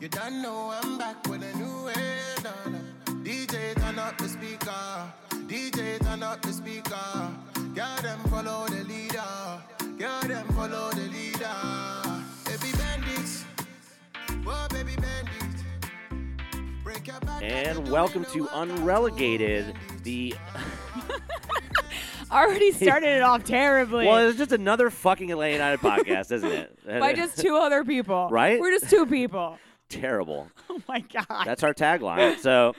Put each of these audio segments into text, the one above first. You don't know I'm back with a new head on. DJ turn up the speaker. DJ turn up the speaker. Girl, them follow the leader. Girl, them follow the leader. Baby bandits. Whoa, baby bandits. Break your back. And welcome to Unrelegated, the Already started it off terribly well, it's just another fucking Atlanta United podcast, isn't it? by just two other people. Right? We're just two people. terrible. Oh my god. That's our tagline. So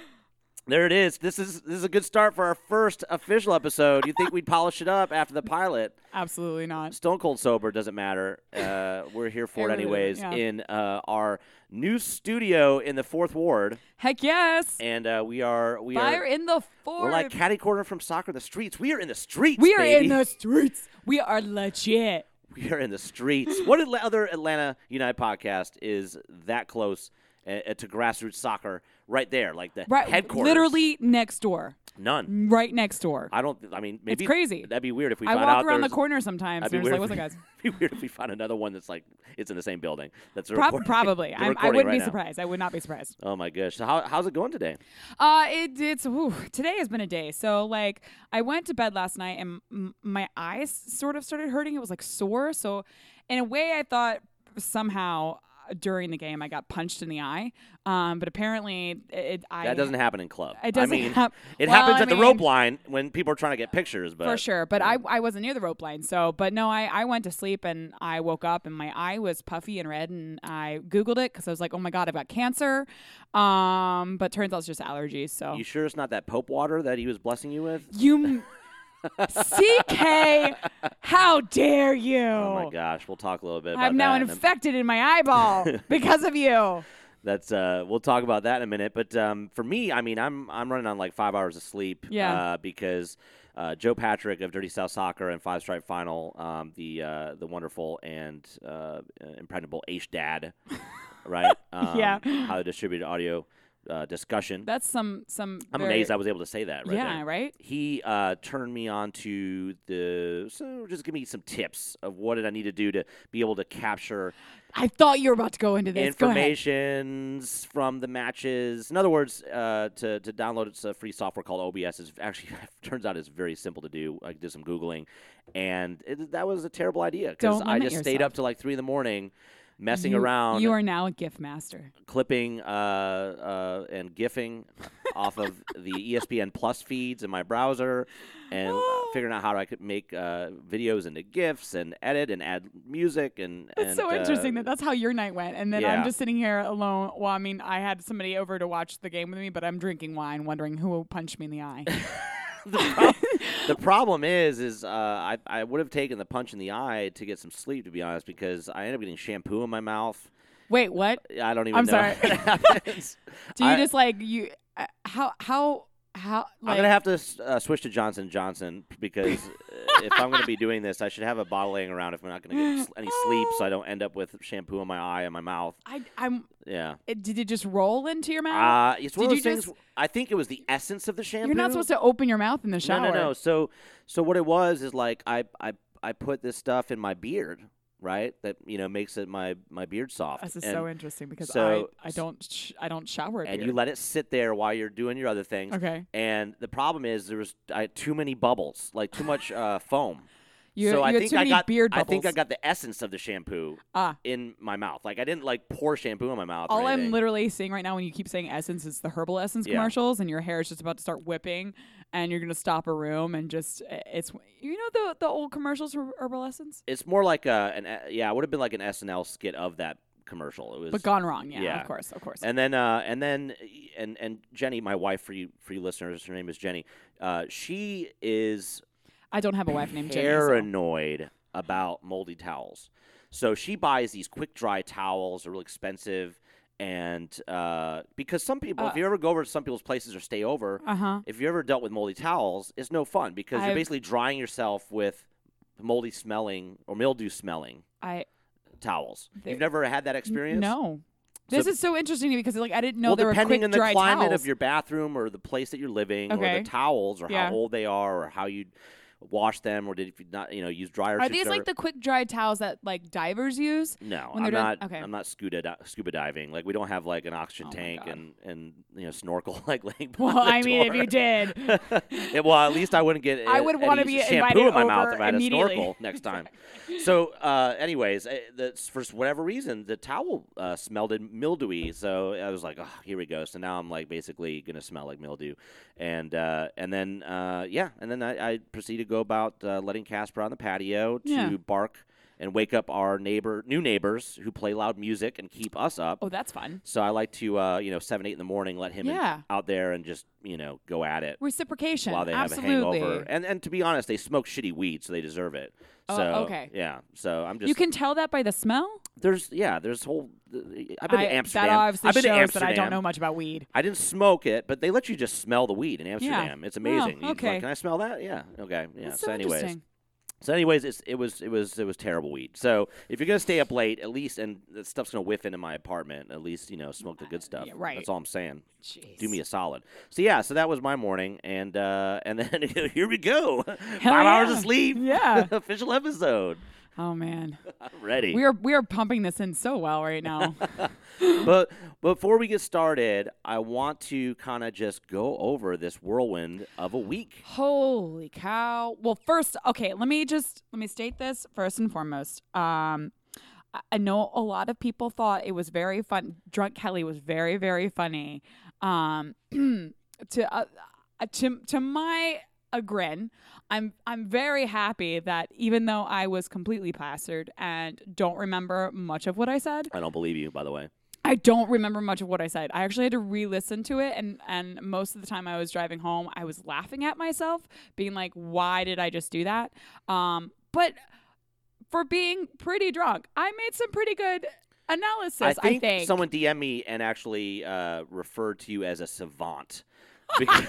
there it is. This is this is a good start for our first official episode. You think we'd polish it up after the pilot? Absolutely not. Stone cold sober doesn't matter. Uh, we're here for it It really anyways doesn't, yeah. in uh, our new studio in the fourth ward, Heck yes. and uh, we are we Fire are in the fourth. we're like catty corner from soccer. The streets. We are in the streets. we are baby. in the streets. We are legit. we are in the streets. what Atla- other Atlanta United podcast is that close uh, uh, to grassroots soccer? Right there, like the Right. headquarters. Literally next door. none. Right next door. I don't. I mean, maybe crazy. That'd be weird if we. I found walk out around the there's- corner sometimes That'd and I'm be just weird. like, what's up, if guys? we- be weird if we found another one that's like it's in the same building. That's a Prob- recording- probably. the I'm, I recording wouldn't right be now. surprised. I would not be surprised. Oh my gosh! So how, how's it going today? Uh, it, it's whew, today has been a day. So like, I went to bed last night and m- my eyes sort of started hurting. It was like sore. So, in a way, I thought somehow uh, during the game I got punched in the eye. Um, but apparently, it, it I That doesn't happen in club. It doesn't I mean, hap- it well, happens I at the rope mean- line when people are trying to get pictures. But for sure. But I, I wasn't near the rope line. So, but no, I, I went to sleep and I woke up and my eye was puffy and red and I Googled it because I was like, oh my God, I've got cancer. Um, but turns out it's just allergies. So you sure it's not that Pope water that he was blessing you with? you, CK, how dare you? Oh my gosh! We'll talk a little bit. About I'm now that in a- infected in my eyeball because of you. That's uh, we'll talk about that in a minute. But um, for me, I mean, I'm I'm running on like five hours of sleep. Yeah. Uh, because uh, Joe Patrick of Dirty South Soccer and Five Stripe Final, um, the uh, the wonderful and uh, impregnable H Dad, right? Um, Yeah. How they distributed audio uh, discussion. That's some some. I'm very- amazed I was able to say that. Right yeah, there. right. He uh, turned me on to the so just give me some tips of what did I need to do to be able to capture I thought you were about to go into this. Go ahead. informations from the matches. In other words, uh, to, to download it's a free software called OBS. It's actually turns out it's very simple to do. I did some googling, and it, that was a terrible idea because Don't I limit just stayed yourself. up till like three in the morning, messing You- around, You are now a gift master. clipping uh, uh, and gifing off of the E ESPN Plus feeds in my browser, and Oh. figuring out how I could make uh, videos into gifs and edit and add music and. That's and, so uh, interesting that that's how your night went. And then yeah. I'm just sitting here alone. Well, I mean, I had somebody over to watch the game with me, but I'm drinking wine, wondering who punched me in the eye. the, prob- the problem is, is uh, I, I would have taken the punch in the eye to get some sleep, to be honest, because I ended up getting shampoo in my mouth. Wait, what? I don't even I'm know. sorry. It's- Do you I, just like you? Uh, how how how? I'm Like, gonna have to s- uh, switch to Johnson Johnson because uh, if I'm gonna be doing this, I should have a bottle laying around if I'm not gonna get s- any sleep, so I don't end up with shampoo in my eye and my mouth. I I'm. Yeah. It, did it just roll into your mouth? Uh, it's one Did of those you things. just- I think it was the essence of the shampoo. You're not supposed to open your mouth in the shower. Ah, No, no, no. So, so what it was is like I, I, I put this stuff in my beard, right? That you know makes it my my beard soft. This is and, so interesting because so- I I don't sh- I don't shower. a And beard. you let it sit there while you're doing your other things. okay. And the problem is there was I had too many bubbles, like too much uh, foam. You, so you I had think too I many got beard I bubbles. think I got the essence of the shampoo Ah. in my mouth. Like I didn't like pour shampoo in my mouth. or All I'm anything. literally seeing right now when you keep saying Essence is the herbal Essence Yeah. commercials, and your hair is just about to start whipping, and you're gonna stop a room and just it's you know the the old commercials for herbal Essence, it's more like a, an e, yeah, it would have been like an SNL skit of that commercial. It was but gone wrong. Yeah, yeah. of course, of course. And then, uh, and then, and and Jenny, my wife, for you, for you listeners, her name is Jenny. Uh, she is I don't have a wife named Jenny. so- paranoid about moldy towels, so she buys these quick dry towels. They're real expensive, and uh, because some people, if Uh, you ever go over to some people's places or stay over, Uh-huh. if you ever dealt with moldy towels, it's no fun because you're I've- basically drying yourself with moldy smelling or mildew smelling I towels. They- You've never had that experience? no. This is so interesting to me because like I didn't know well, there were depending quick on the dry climate towels. of your bathroom or the place that you're living or Okay. the towels or Yeah. how old they are or how you wash them or did if you not you know use dryer Are these like the quick dry towels that like divers use? no i'm when they're done- not okay. i'm not scuba, di- scuba diving like we don't have like an oxygen Oh my tank God. and and you know snorkel like laying Well, behind the I mean, if you door. did, Yeah, well, at least I wouldn't get. I uh, would any wanna be shampoo invited in my mouth over if I had a immediately. snorkel next time. so, uh, anyways, uh, that's for whatever reason the towel uh, smelled in mildewy. So I was like, oh, here we go. So now I'm like basically gonna smell like mildew, and uh, and then uh, yeah, and then I, I proceeded to go about uh, letting Casper on the patio to Yeah. bark and wake up our neighbor, new neighbors who play loud music and keep us up. oh, that's fun. So I like to, uh, you know, seven eight in the morning, let him in- Yeah. out there and just, you know, go at it Reciprocation. while they Absolutely. have a hangover. And and to be honest, they smoke shitty weed, so they deserve it. Oh, so okay. yeah, so I'm just you can tell that by the smell. there's yeah there's whole I've been I- to Amsterdam. That obviously I've been to shows Amsterdam. that I don't know much about weed. I didn't smoke it, but they let you just smell the weed in Amsterdam. It's amazing. You- like, Oh, okay. can I smell that? Yeah. Okay. Yeah. That's so, so, anyways, interesting. so anyways, it's, it was it was it was terrible weed. So if you're gonna stay up late, at least and the stuff's gonna whiff into my apartment. At least you know smoke the good stuff. Uh, yeah, right. That's all I'm saying Jeez. do me a solid. So yeah, so that was my morning, and uh, and then here we go, five Hell hours yeah. of sleep, Yeah. official episode. Oh man, I'm ready. we are we are pumping this in so well right now. but before we get started, I want to kind of just go over this whirlwind of a week. Holy cow. Well, first, okay, let me just let me state this first and foremost. Um I- I know a lot of people thought it was very fun. Drunk Kelly was very very funny. Um to uh, uh, to to my a grin. I'm I'm very happy that even though I was completely plastered and don't remember much of what I said, I don't believe you, by the way. I don't remember much of what I said. I actually had to re-listen to it, and and most of the time I was driving home, I was laughing at myself, being like, "Why did I just do that?" Um, but for being pretty drunk, I made some pretty good analysis. I think, someone DM'd me and actually uh, referred to you as a savant. because,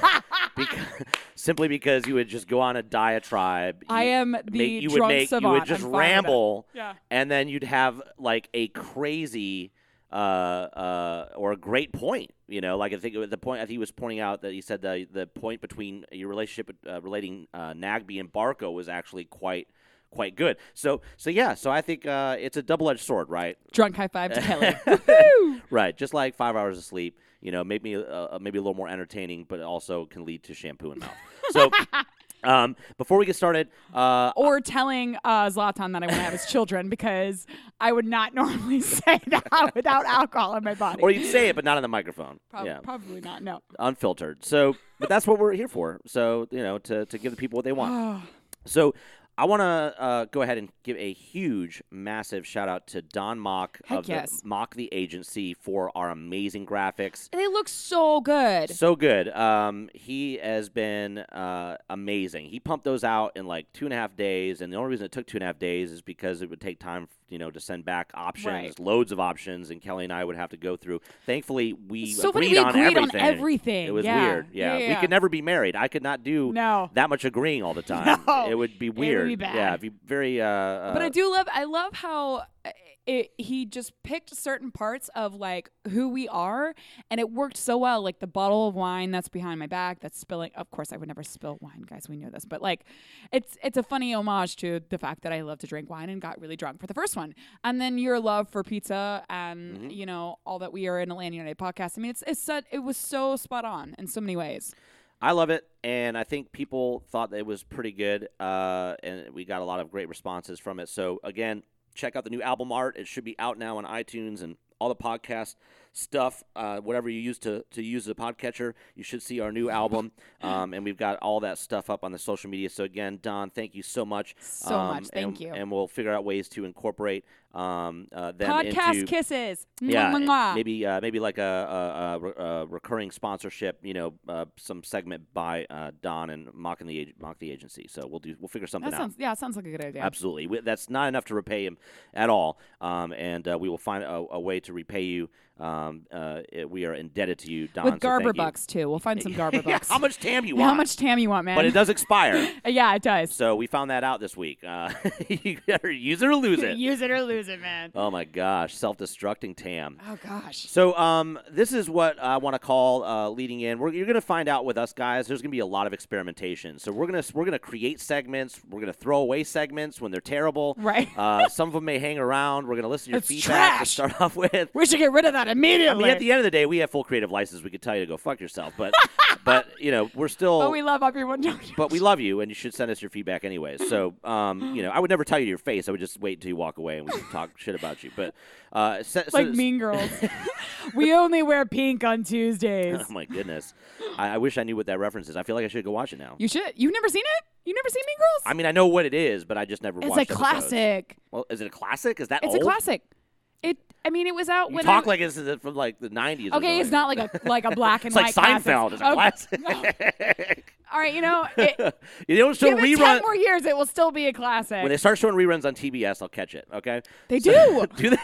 simply because you would just go on a diatribe. I you am the make- you would drunk make savant. you would just I'm fired up. ramble Yeah. and then you'd have like a crazy uh, uh, or a great point, you know. Like I think it was the point I think he was pointing out that he said the the point between your relationship uh, relating uh, Nagby and Barco was actually quite quite good. So so yeah, so I think uh, it's a double edged sword, right? Drunk high five to Kelly. Woohoo! Right, just like five hours of sleep, you know, make me uh, maybe a little more entertaining, but it also can lead to shampoo and mouth. So, um, before we get started, uh, Or telling uh, Zlatan that I want to have his children because I would not normally say that without alcohol in my body. or you'd say it, but not on the microphone. Prob- yeah, Probably not. No. unfiltered. So, but that's what we're here for. So, you know, to to give the people what they want. So. I want to uh, go ahead and give a huge, massive shout out to Don Mock Heck of yes. the Mock the Agency for our amazing graphics. They look so good. So good. Um, he has been uh, amazing. He pumped those out in like two and a half days, and the only reason it took two and a half days is because it would take time, you know, to send back options, Right. loads of options, and Kelly and I would have to go through. Thankfully, we It's so funny, agreed, we on, agreed on everything. everything. It was Yeah. weird. Yeah. Yeah, yeah, we yeah. could never be married. I could not do No. that much agreeing all the time. No. It would be would weird. be bad. Yeah, it'd be very. Uh, uh, but I do love I love how uh, it, he just picked certain parts of like who we are and it worked so well like the bottle of wine that's behind my back that's spilling of course I would never spill wine guys we know this but like it's it's a funny homage to the fact that I love to drink wine and got really drunk for the first one and then your love for pizza and Mm-hmm. you know all that we are in Atlanta United podcast I mean it's it's such, it was so spot on in so many ways I love it, and I think people thought that it was pretty good, uh, and we got a lot of great responses from it. So again, check out the new album art. It should be out now on iTunes and all the podcast stuff, uh, whatever you use to to use the podcatcher. You should see our new album, um, and we've got all that stuff up on the social media. So again, Don, thank you so much. So um, much. Thank and, you. And we'll figure out ways to incorporate um, uh, them podcast into kisses Mwah, yeah, mwah, and mwah. maybe uh, maybe like a, a, a, re- a recurring sponsorship, you know, uh, some segment by uh, Don and Mock and the Ag- Mock the agency. So we'll do we'll figure something that out. sounds yeah sounds like a good idea Absolutely, we, that's not enough to repay him at all, um, and uh, we will find a, a way to to repay you. Um, uh, it- we are indebted to you, Don. so With thank Garber you. bucks too. We'll find some Garber Yeah, bucks. how much Tam you want? How much Tam you want, man? But it does expire. yeah, it does. so we found that out this week. Uh, you better use it or lose it. Use it or lose it, man. Oh my gosh, self-destructing Tam. Oh gosh. So um, this is what I want to call uh, leading in. We're, you're going to find out with us guys. There's going to be a lot of experimentation. So we're gonna we're gonna create segments. We're gonna throw away segments when they're terrible. Right. Uh, some of them may hang around. We're gonna listen to your It's feedback trash. to start off with. We should get rid of that I immediately. mean, at the end of the day, we have full creative license. We could tell you to go fuck yourself, but but you know we're still. but we love up your window. but we love you, and you should send us your feedback anyway. So, um, you know, I would never tell you to your face. I would just wait until you walk away, and we could talk shit about you. But uh, se- like so, Mean Girls. we only wear pink on Tuesdays. Oh my goodness, I, I wish I knew what that reference is. I feel like I should go watch it now. You should. You've never seen it? You've never seen Mean Girls? I mean, I know what it is, but I just never it's watched. a episodes. classic. Well, is it a classic? Is that It's old? a classic. It. I mean, it was out You when. talk I, like it's from like the '90s. or okay, it's something. not like a like a black and It's like white. classic. Seinfeld. It's a Okay, classic. All right, you know, it, you don't show give it ten reruns. more years, it will still be a classic. When they start showing reruns on TBS, I'll catch it. Okay. They do. Do they?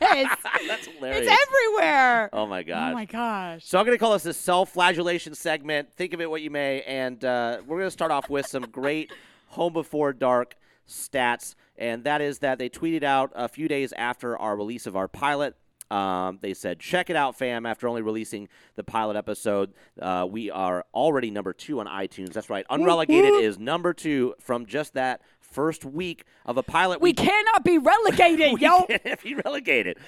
yes. That's hilarious. it's everywhere. oh my gosh. Oh my gosh. So I'm going to call this the self-flagellation segment. Think of it what you may, and uh, we're going to start off with some great home before dark stats, and that is that they tweeted out a few days after our release of our pilot. Um, they said, "Check it out, fam! After only releasing the pilot episode, uh, we are already number two on iTunes. That's right. Unrelegated is number two from just that first week of a pilot. we cannot be relegated, yo. if he relegated.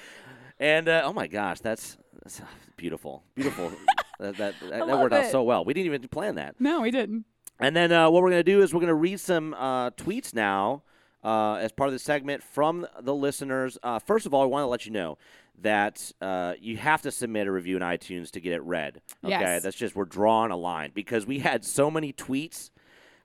And uh, oh my gosh, that's, that's uh, beautiful, beautiful. that that, that, that love worked out it. so well. We didn't even plan that. No, we didn't. And then uh, what we're gonna do is we're gonna read some uh, tweets now uh, as part of the segment from the listeners. Uh, first of all, I want to let you know that uh, you have to submit a review in iTunes to get it read. Okay, Yes. that's just we're drawing a line because we had so many tweets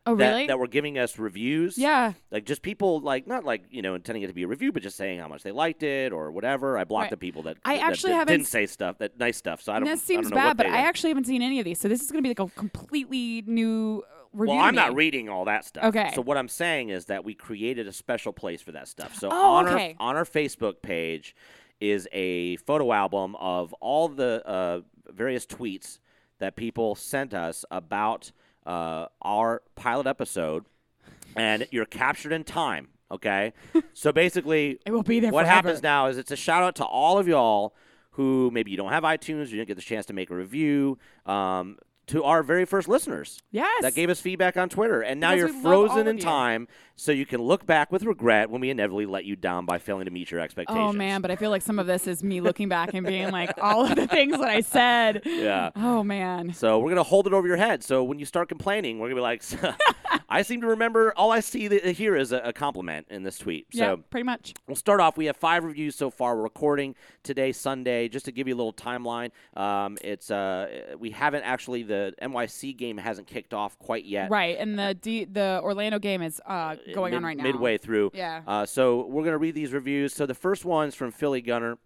Oh, that, really? that were giving us reviews yeah. like just people like not like you know intending it to be a review but just saying how much they liked it or whatever i blocked Right. the people that I that- actually that haven't didn't s- say stuff that nice stuff so i don't And I this don't seems know what bad, but they I did. actually haven't seen any of these, so this is going to be like a completely new uh, review. well to i'm not me. reading all that stuff Okay. so what i'm saying is that we created a special place for that stuff so Oh, on okay. our on our facebook page is a photo album of all the uh, various tweets that people sent us about uh, our pilot episode and you're captured in time okay so basically It will be there what forever. happens now is it's a shout out to all of y'all who maybe you don't have iTunes, you didn't get the chance to make a review, um, to our very first listeners Yes. that gave us feedback on Twitter. And now Because you're we love all frozen of in you. time, so you can look back with regret when we inevitably let you down by failing to meet your expectations. Oh man, but I feel like some of this is me looking back and being like, all of the things that I said. Yeah. Oh man. So we're gonna hold it over your head. So when you start complaining, we're gonna be like, "I seem to remember all I see th- here is a, a compliment in this tweet." Yeah, So pretty much. We'll start off. We have five reviews so far. We're recording today, Sunday, just to give you a little timeline. Um, it's uh, we haven't actually the NYC game hasn't kicked off quite yet. Right, and the D, the Orlando game is uh, going on Mid- right now. Midway through. Yeah. Uh, so we're gonna read these reviews. So the first one's from Philly Gunner.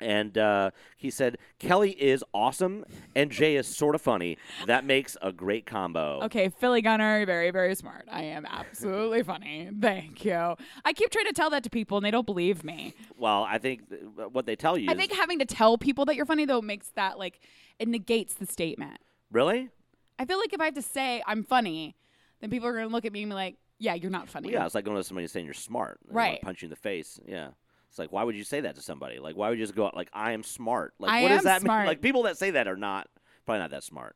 And uh, he said, Kelly is awesome and Jay is sort of funny. That makes a great combo. Okay, Philly Gunner, very, very smart. I am absolutely funny. Thank you. I keep trying to tell that to people, and they don't believe me. Well, I think th- what they tell you I is think having to tell people that you're funny though makes that like it negates the statement. really? I feel like if I have to say I'm funny, then people are gonna look at me and be like, "Yeah, you're not funny." Yeah, it's like going to somebody and saying you're smart. They wanna Right. Punch you in the face. Yeah. It's like, why would you say that to somebody? Like, why would you just go out like, I am smart? Like, I what am does that smart. mean? Like, people that say that are not probably not that smart,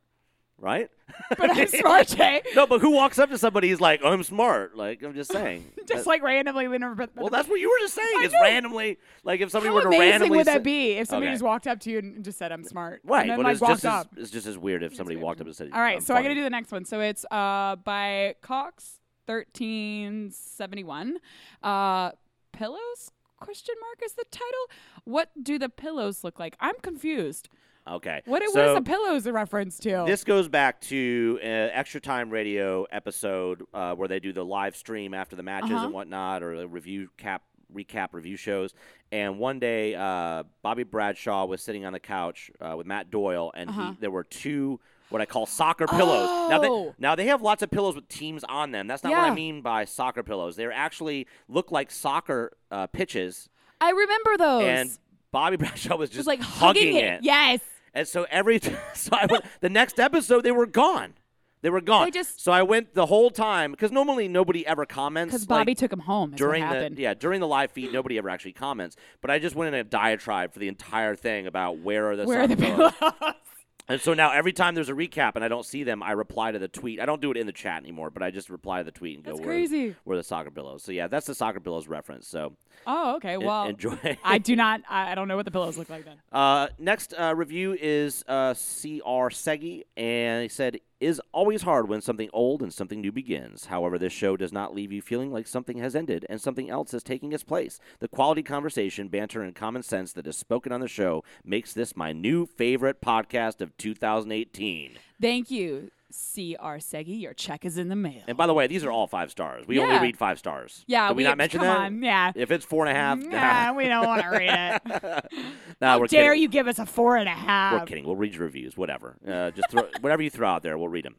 right? but I'm smart, Jay. no, but who walks up to somebody is like, I'm smart. Like, I'm just saying. Just That- like randomly, we never. well, that's what you were just saying. I Is know. randomly like if somebody how were to amazing randomly would say- that be if somebody Okay. just walked up to you and just said, "I'm smart," Right, And then but like it's walked just up. as it's just as weird if somebody walked up and said, All right, "I'm so I gotta funny." do the next one. So it's uh, by Cox thirteen seventy one. Uh, pillows? Question mark is the title. What do the pillows look like? I'm confused. Okay. What what So- is the pillows a reference to? This goes back to uh, Extra Time Radio episode uh, where they do the live stream after the matches Uh-huh. and whatnot, or the review cap recap review shows. And one day, uh, Bobby Bradshaw was sitting on the couch uh, with Matt Doyle, and Uh-huh. he, there were two what I call soccer pillows. Now they, Oh. now they have lots of pillows with teams on them. That's not what Yeah. I mean by soccer pillows. They actually look like soccer uh, pitches, I remember those. and Bobby Bradshaw was just, Just like hugging, it. Yes. And so every so I went, the next episode they were gone. They were gone. They just- so I went the whole time because normally nobody ever comments. Because like, Bobby took him home. Is during what the happened. yeah during the live feed nobody ever actually comments. But I just went in a diatribe for the entire thing about where are the Where are the Seinfelds? pillows? And so now every time there's a recap and I don't see them, I reply to the tweet. I don't do it in the chat anymore, but I just reply to the tweet and go That's where crazy. where are the soccer pillows. So yeah, that's the soccer pillows reference. So Oh, okay. en- Well, enjoy. I do not. I I don't know what the pillows look like then. Uh, next uh, review is uh, C.R. Segi, and he said, "Is always hard when something old and something new begins. However, this show does not leave you feeling like something has ended and something else is taking its place. The quality conversation, banter, and common sense that is spoken on the show makes this my new favorite podcast of 2018." Thank you, C.R. Segi. Your check is in the mail. And by the way, these are all five stars. We Yeah. only read five stars. yeah, Did we, not mention come that? On, yeah. If it's four and a half, Nah, we don't want to read it. nah, we're Dare kidding. you give us a four and a half? We're kidding. We'll read your reviews. Whatever. Uh, just throw, whatever you throw out there, we'll read them.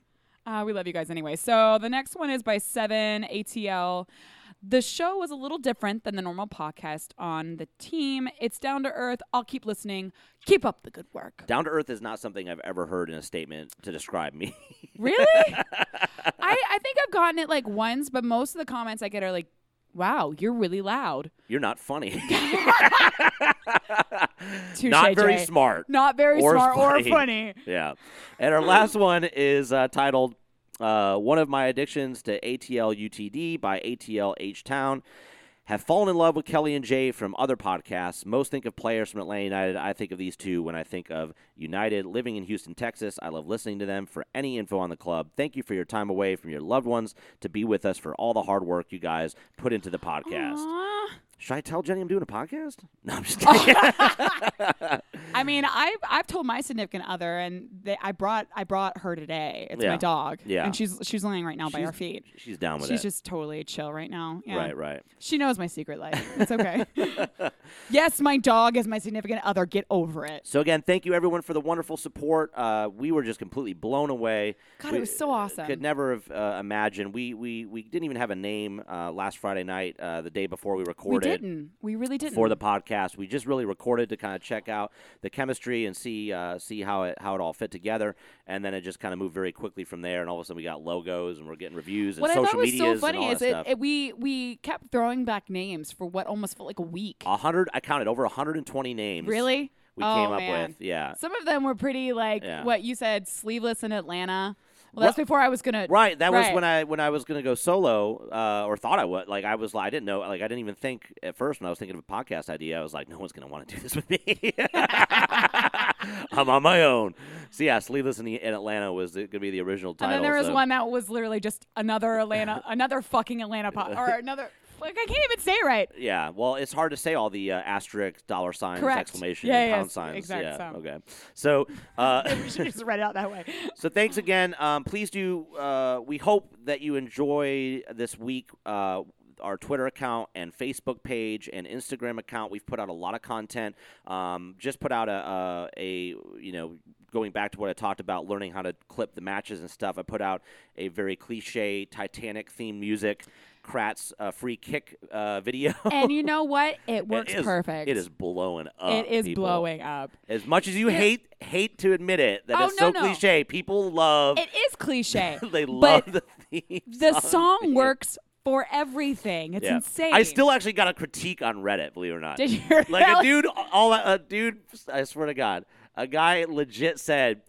Uh, we love you guys anyway. So the next one is by Seven ATL. The show was a little different than the normal podcast on the team. It's down to earth. I'll keep listening. Keep up the good work. Down to earth is not something I've ever heard in a statement to describe me. Really? I, I think I've gotten it like once, but most of the comments I get are like, wow, you're really loud. You're not funny. Touche, not very Jay. smart. Not very or smart funny. or funny. Yeah. And our last one is uh, titled uh, One of My Addictions to ATL UTD by ATL H Town. Have fallen in love with Kelly and Jay from other podcasts. Most think of players from Atlanta United. I think of these two when I think of United. Living in Houston, Texas, I love listening to them for any info on the club. Thank you for your time away from your loved ones to be with us for all the hard work you guys put into the podcast. Aw. Should I tell Jenny I'm doing a podcast? No, I'm just Oh. kidding. I mean, I've I've told my significant other, and they, I brought I brought her today. It's my Yeah. dog. Yeah. and she's she's laying right now by our She's- feet. She's down with She's it. just totally chill right now. Yeah. Right, right. She knows my secret life. It's okay. yes, my dog is my significant other. Get over it. So again, thank you everyone for the wonderful support. Uh, we were just completely blown away. God, We it was so awesome. Could never have uh, imagined. We we we didn't even have a name uh, last Friday night, uh, the day before we we recorded. didn't. We really didn't. For the podcast, we just really recorded to kind of check out the chemistry and see uh, see how it how it all fit together, and then it just kind of moved very quickly from there. And all of a sudden, we got logos and we're getting reviews and what I social thought was medias so funny and all is that it, stuff. it- we we kept throwing back names for what almost felt like a week. A hundred, I counted over hundred and twenty names. Really? we Oh, came up man. with yeah. Some of them were pretty like Yeah. what you said, sleeveless in Atlanta. Well, that's Right. before I was gonna. Right. That was Right. when I when I was gonna go solo, uh, or thought I would. Like I was, like I didn't know. Like I didn't even think at first when I was thinking of a podcast idea. I was like, no one's gonna want to do this with me. I'm on my own. So yeah, Sleeveless in, the, in Atlanta was the, gonna be the original And title. then there was so- one that was literally just another Atlanta, another fucking Atlanta pop, or another. Like I can't even say it right. Yeah, well, it's hard to say all the uh, asterisks, dollar signs, Correct. exclamation, Yeah, and yeah, pound s- signs. exact yeah, sound. okay. So, uh, We should just read it out that way. So thanks again. Um, please do. Uh, we hope that you enjoy this week. Uh, our Twitter account and Facebook page and Instagram account. We've put out a lot of content. Um, just put out a, a, a you know going back to what I talked about, learning how to clip the matches and stuff. I put out a very cliche Titanic themed music, Kratz uh, free kick uh, video. And you know what? It uh, works It is- perfect. It is blowing up. It is people. blowing up. As much as you Yeah. hate hate to admit it, that Oh, it's no, so no. cliche. People love It is cliche. they but love the theme. the song works for everything. It's Yeah. insane. I still actually got a critique on Reddit, believe it or not. did you like a really? dude, all a dude. I swear to God, a guy legit said,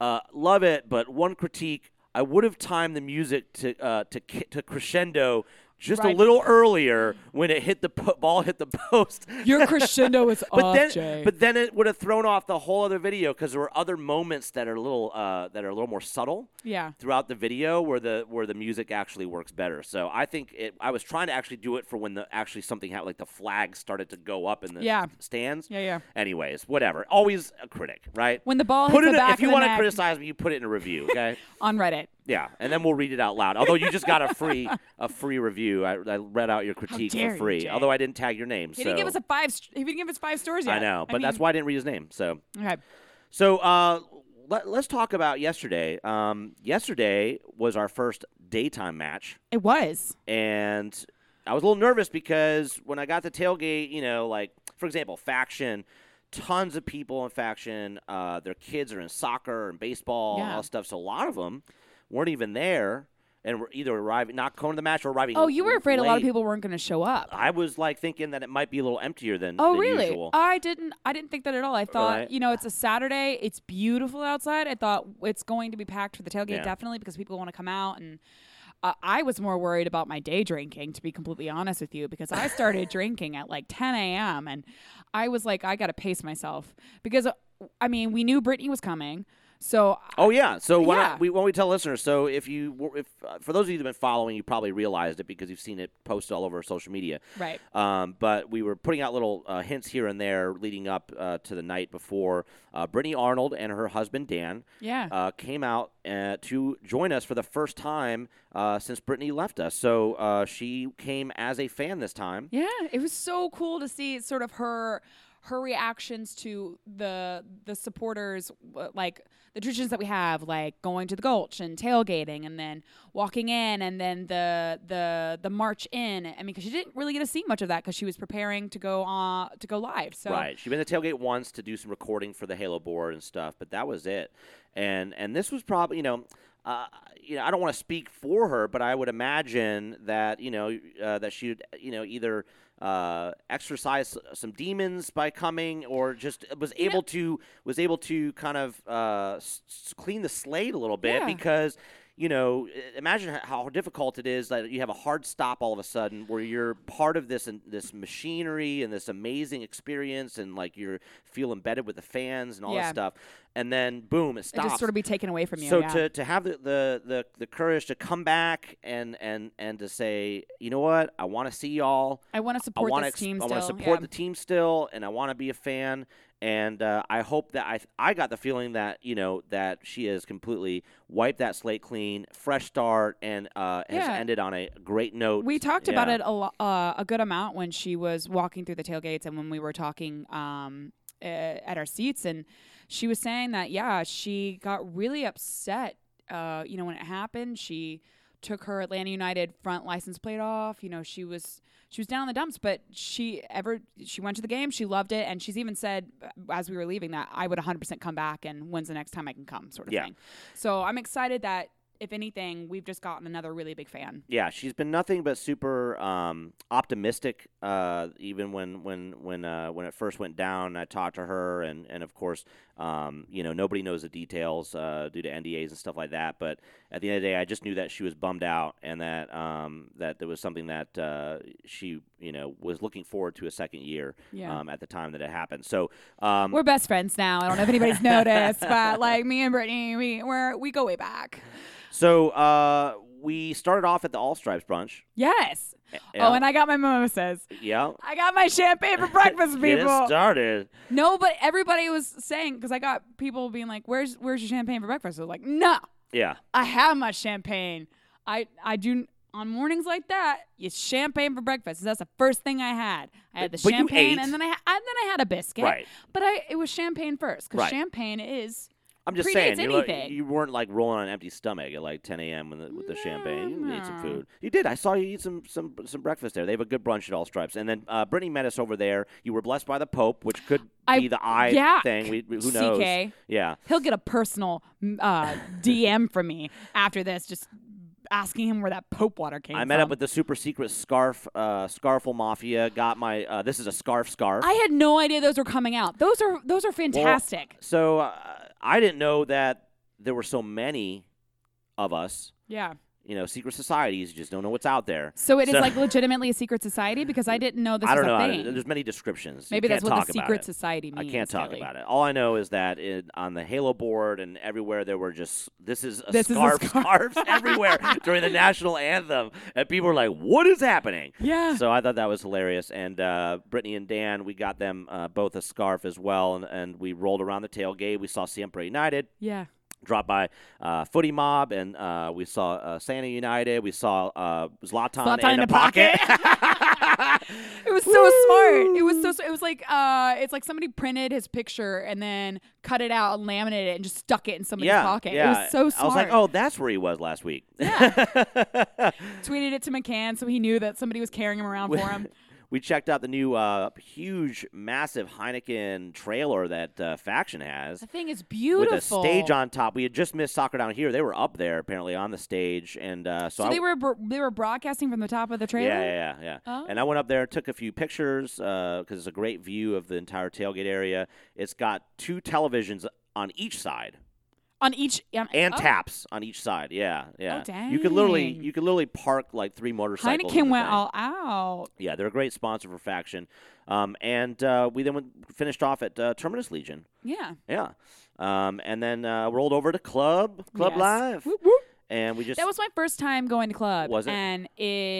uh, "Love it," but one critique. I would have timed the music to uh, to ki- to crescendo just Right. a little earlier when it hit the po- ball hit the post. Your crescendo is But off, then, Jay. but then it would have thrown off the whole other video because there were other moments that are a little uh, that are a little more subtle yeah. throughout the video where the where the music actually works better. So I think it, I was trying to actually do it for when the actually something happened, like the flag started to go up in the Yeah. stands. Yeah, yeah. Anyways, whatever. Always a critic, right? When the ball put hits it the in- back if you of the wanna net criticize me, you put it in a review, okay? on Reddit. yeah, and then we'll read it out loud. Although you just got a free a free review. I, I read out your critique dare for you, free. Jay. although I didn't tag your name. He so didn't give us a five. St- he didn't give us five stars yet. I know, but that's mean- why I didn't read his name. So Okay. so uh, let, let's talk about yesterday. Um, yesterday was our first daytime match. It was. and I was a little nervous because when I got the tailgate, you know, like for example, faction tons of people in faction. Uh, their kids are in soccer and baseball and Yeah. all that stuff. So a lot of them weren't even there and were either arriving, not going to the match or arriving. Oh, you were afraid a lot of late. people weren't going to show up. I was like thinking that it might be a little emptier than, Oh than really? usual. I didn't. I didn't think that at all. I thought, Right. you know, it's a Saturday. It's beautiful outside. I thought it's going to be packed for the tailgate, Yeah. definitely, because people want to come out. And uh, I was more worried about my day drinking, to be completely honest with you, because I started drinking at like 10 a.m. and I was like, I got to pace myself because, uh, I mean, we knew Brittany was coming, so Oh yeah. So why Yeah. not, we why don't we tell listeners? So if you were- if uh, for those of you that have been following, you probably realized it because you've seen it posted all over social media. right. Um, but we were putting out little uh, hints here and there leading up uh, to the night before. Uh, Brittany Arnold and her husband Dan Yeah. uh, came out uh, to join us for the first time uh, since Brittany left us. So uh, she came as a fan this time. Yeah, it was so cool to see sort of her her reactions to the the supporters w- like the traditions that we have like going to the gulch and tailgating and then walking in and then the the the march in i mean because she didn't really get to see much of that because she was preparing to go on to go live so Right. She'd been to tailgate once to do some recording for the Halo board and stuff, but that was it. And and this was probably you know. Uh, you know, I don't want to speak for her, but I would imagine that you know uh, that she'd you know either uh, exercise s- some demons by coming, or just was able to was able to kind of uh, s- s- clean the slate a little bit Yeah. because you know i- imagine h- how difficult it is that you have a hard stop all of a sudden where you're part of this and this machinery and this amazing experience and like you feel embedded with the fans and all Yeah. that stuff and then boom it it stops just sort of be taken away from you so yeah. to, to have the, the, the, the courage to come back and, and, and to say you know what i want to see y'all i want to I support want this to team I still want to support yeah. the team still, and I want to be a fan. And uh, I hope that I I got the feeling that you know that she has completely wiped that slate clean, fresh start, and uh, has Yeah. ended on a great note. We talked about Yeah. it a lo- uh, a good amount when she was walking through the tailgates and when we were talking um, uh, at our seats, and she was saying that yeah, she got really upset. Uh, you know when it happened, she took her Atlanta United front license plate off. You know she was she was down in the dumps, but she ever she went to the game, she loved it, and she's even said uh, as we were leaving that I would 100% come back, and when's the next time I can come, sort of Yeah. thing. So I'm excited that. If anything, we've just gotten another really big fan. yeah, she's been nothing but super um, optimistic. Uh, even when when when uh, when it first went down, I talked to her, and and of course, um, you know, nobody knows the details uh, due to NDAs and stuff like that. But at the end of the day, I just knew that she was bummed out, and that um, that there was something that uh, she you know was looking forward to a second year Yeah. um, at the time that it happened. So um, We're best friends now. I don't know if anybody's noticed, but like me and Brittany, we we're, we go way back. so uh, we started off at the All Stripes brunch. Yes. Yeah. Oh, and I got my mimosas. yeah. I got my champagne for breakfast, Get it people. started. No, but everybody was saying because I got people being like, "Where's where's your champagne for breakfast?" I was like, "No, Yeah. I have my champagne. I I do." On mornings like that, you champagne for breakfast. That's the first thing I had. I had the But you champagne, ate. and then I ha- and then I had a biscuit. Right. But I it was champagne first because Right. champagne is I'm just predates saying, you, lo- anything. you weren't like rolling on an empty stomach at like 10 a.m. with the, with the champagne. You ate some no. food. You did. I saw you eat some some some breakfast there. They have a good brunch at All Stripes. And then uh, Brittany met us over there. You were blessed by the Pope, which could I- be the eye Yuck. thing. We, we- who knows? CK. Yeah. He'll get a personal mm, uh, DM from me after this, just asking him where that Pope water came I from. met up with the super secret scarf, uh, Scarful Mafia. Got my. Uh, this is a scarf scarf. I had no idea those were coming out. Those are those are fantastic. so uh, I didn't know that there were so many of us. yeah. You know, secret societies. You just don't know what's out there. So it is So- like legitimately a secret society because I didn't know this I don't was know. a I- thing. there's many descriptions. You Maybe that's can't what the talk about secret it. society I means. can't talk really. about it. All I know is that it, on the Halo board and everywhere there were just this is a This is a scarf, scarf. scarves everywhere during the national anthem, and people were like, "What is happening?" Yeah. So I thought that was hilarious. And uh, Brittany and Dan, we got them uh, both a scarf as well, and, and we rolled around the tailgate. We saw Siempre United Yeah. dropped by uh, Footy Mob, and uh, we saw uh, Santa United. We saw uh, Zlatan, Zlatan in in a the pocket. It was so smart. It was so. It was like uh, it's like somebody printed his picture and then cut it out and laminated it and just stuck it in somebody's yeah, pocket. yeah. It was so smart. I was like, oh, that's where he was last week. tweeted it to McCann so he knew that somebody was carrying him around for him. we checked out the new uh, huge, massive Heineken trailer that uh, Faction has. The thing is beautiful. With a stage on top, we had just missed soccer down here. They were up there apparently on the stage, and uh, so, So I, they were br- they were broadcasting from the top of the trailer. yeah, yeah, yeah, yeah. Oh. And I went up there, took a few pictures because it's a great view of the entire tailgate area. It's got two televisions on each side On each on, and oh, taps on each side. Yeah, yeah. Oh, You could literally dang. you could literally park like three motorcycles. in Heineken the went thing. all out. Yeah, they're a great sponsor for Faction. Um, and uh, we then went, finished off at uh, Terminus Legion. Yeah. Yeah. Um, and then uh, rolled over to Club, Club Yes. Live. Whoop, whoop. And we just. That was my first time going to club. Was it? And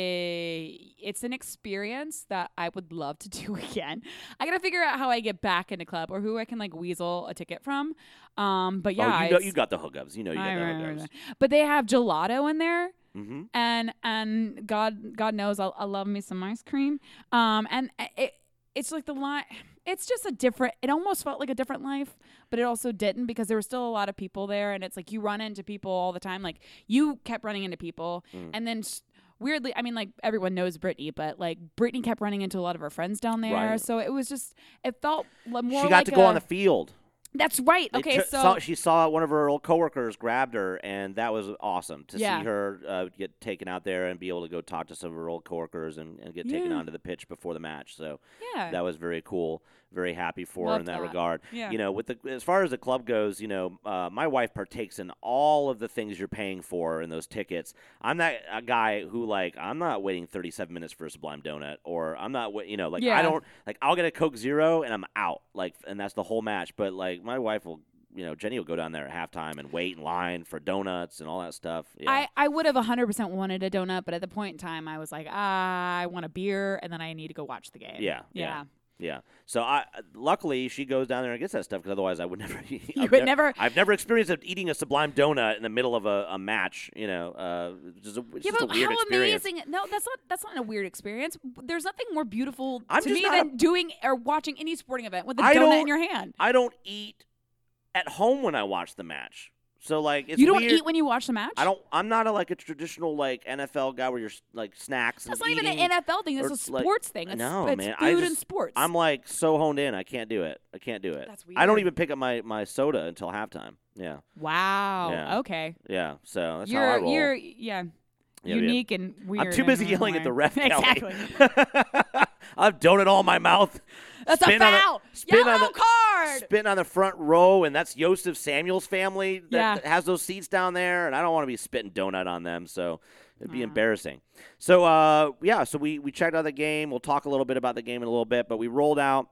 it, it's an experience that I would love to do again. I gotta figure out how I get back into club or who I can like weasel a ticket from. Um, but yeah, oh, you, know, it's- you got the hookups. You know you got I the remember hookups. that. But they have gelato in there. Mm-hmm. and and God God knows I'll, I'll love me some ice cream. Um, and I- it it's like the line. It's just a different. It almost felt like a different life, but it also didn't because there were still a lot of people there, and it's like you run into people all the time. Like you kept running into people, Mm. and then. s Weirdly, I mean, like everyone knows Brittany, but like Brittany kept running into a lot of her friends down there, Right. so it was just it felt l- more. She got like to go a- on the field. That's right. They okay, took- so saw- she saw one of her old coworkers grabbed her, and that was awesome to Yeah. see her uh, get taken out there and be able to go talk to some of her old coworkers and, and get taken Yeah. onto the pitch before the match. So yeah, that was very cool. Very happy for her in Loved that, that. regard. Yeah. You know, with the as far as the club goes, you know, uh, my wife partakes in all of the things you're paying for in those tickets. I'm that a guy who like I'm not waiting 37 minutes for a Sublime Donut, or I'm not wait, you know, like I Yeah. don't like I'll get a Coke Zero and I'm out, like, and that's the whole match. But like my wife will. You know, Jenny will go down there at halftime and wait in line for donuts and all that stuff. Yeah. I, I would have 100% wanted a donut, but at the point in time, I was like, ah, I want a beer, and then I need to go watch the game. Yeah, yeah. Yeah. Yeah. So I luckily she goes down there and gets that stuff because otherwise I would never. you would never- I've never experienced it- eating a sublime donut in the middle of a, a match. You know, uh, just a, it's Yeah, just a but weird how experience. amazing! No, that's not that's not a weird experience. There's nothing more beautiful I'm to just me not a- than doing or watching any sporting event with a I donut in don't- your hand. I don't eat at home when I watch the match. So like, it's you don't weird. eat when you watch the match. I don't. I'm not a, like a traditional like NFL guy where you're s- like snacks. That's and not even eating. an NFL thing. That's a or, like- sports thing. It's, No, it's man, food I and just- sports. I'm like so honed in. I can't do it. I can't do it. That's I don't weird. even pick up my, my soda until halftime. Yeah, wow. Yeah. Okay. yeah. So that's how I you're roll. you're Yeah, yeah, yeah. unique and weird. I'm too in busy your own yelling at way. the ref. Kelly. exactly. I've donut all in my mouth. That's a Spin on the- foul. spin on Yellow the- card. Spitting on the front row, and that's Joseph Samuel's family that, Yeah. that has those seats down there, and I don't want to be spitting donut on them, so it'd be embarrassing. So, uh, yeah, so we, we checked out the game. We'll talk a little bit about the game in a little bit, but we rolled out.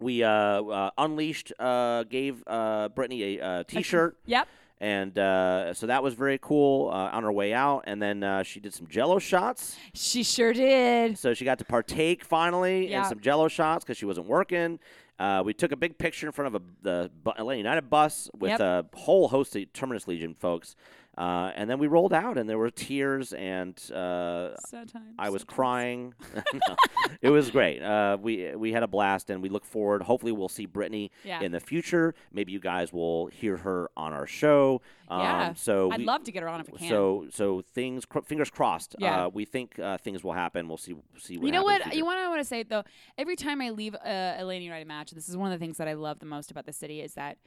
We uh, uh, unleashed, uh, gave uh, Brittany a uh, t-shirt, Yep. and uh, so that was very cool uh, on her way out. And then uh, she did some Jello shots. She sure did. So she got to partake finally Yeah. in some Jello shots because she wasn't working. Uh, we took a big picture in front of a, the bu- Atlanta United bus with Yep. a whole host of Terminus Legion folks, uh, and then we rolled out, and there were tears, and uh, Sometimes. I was crying. No, it was great. Uh, we we had a blast, and we look forward. Hopefully, we'll see Brittany Yeah. in the future. Maybe you guys will hear her on our show. Um, Yeah. So I'd we- love to get her on if I can. so so things cr- fingers crossed. Yeah. Uh, we think uh, things will happen. We'll see see what you know happens what? in the You want I want to say though. Every time I leave a Atlanta United match, this is one of the things that I love the most about the city is that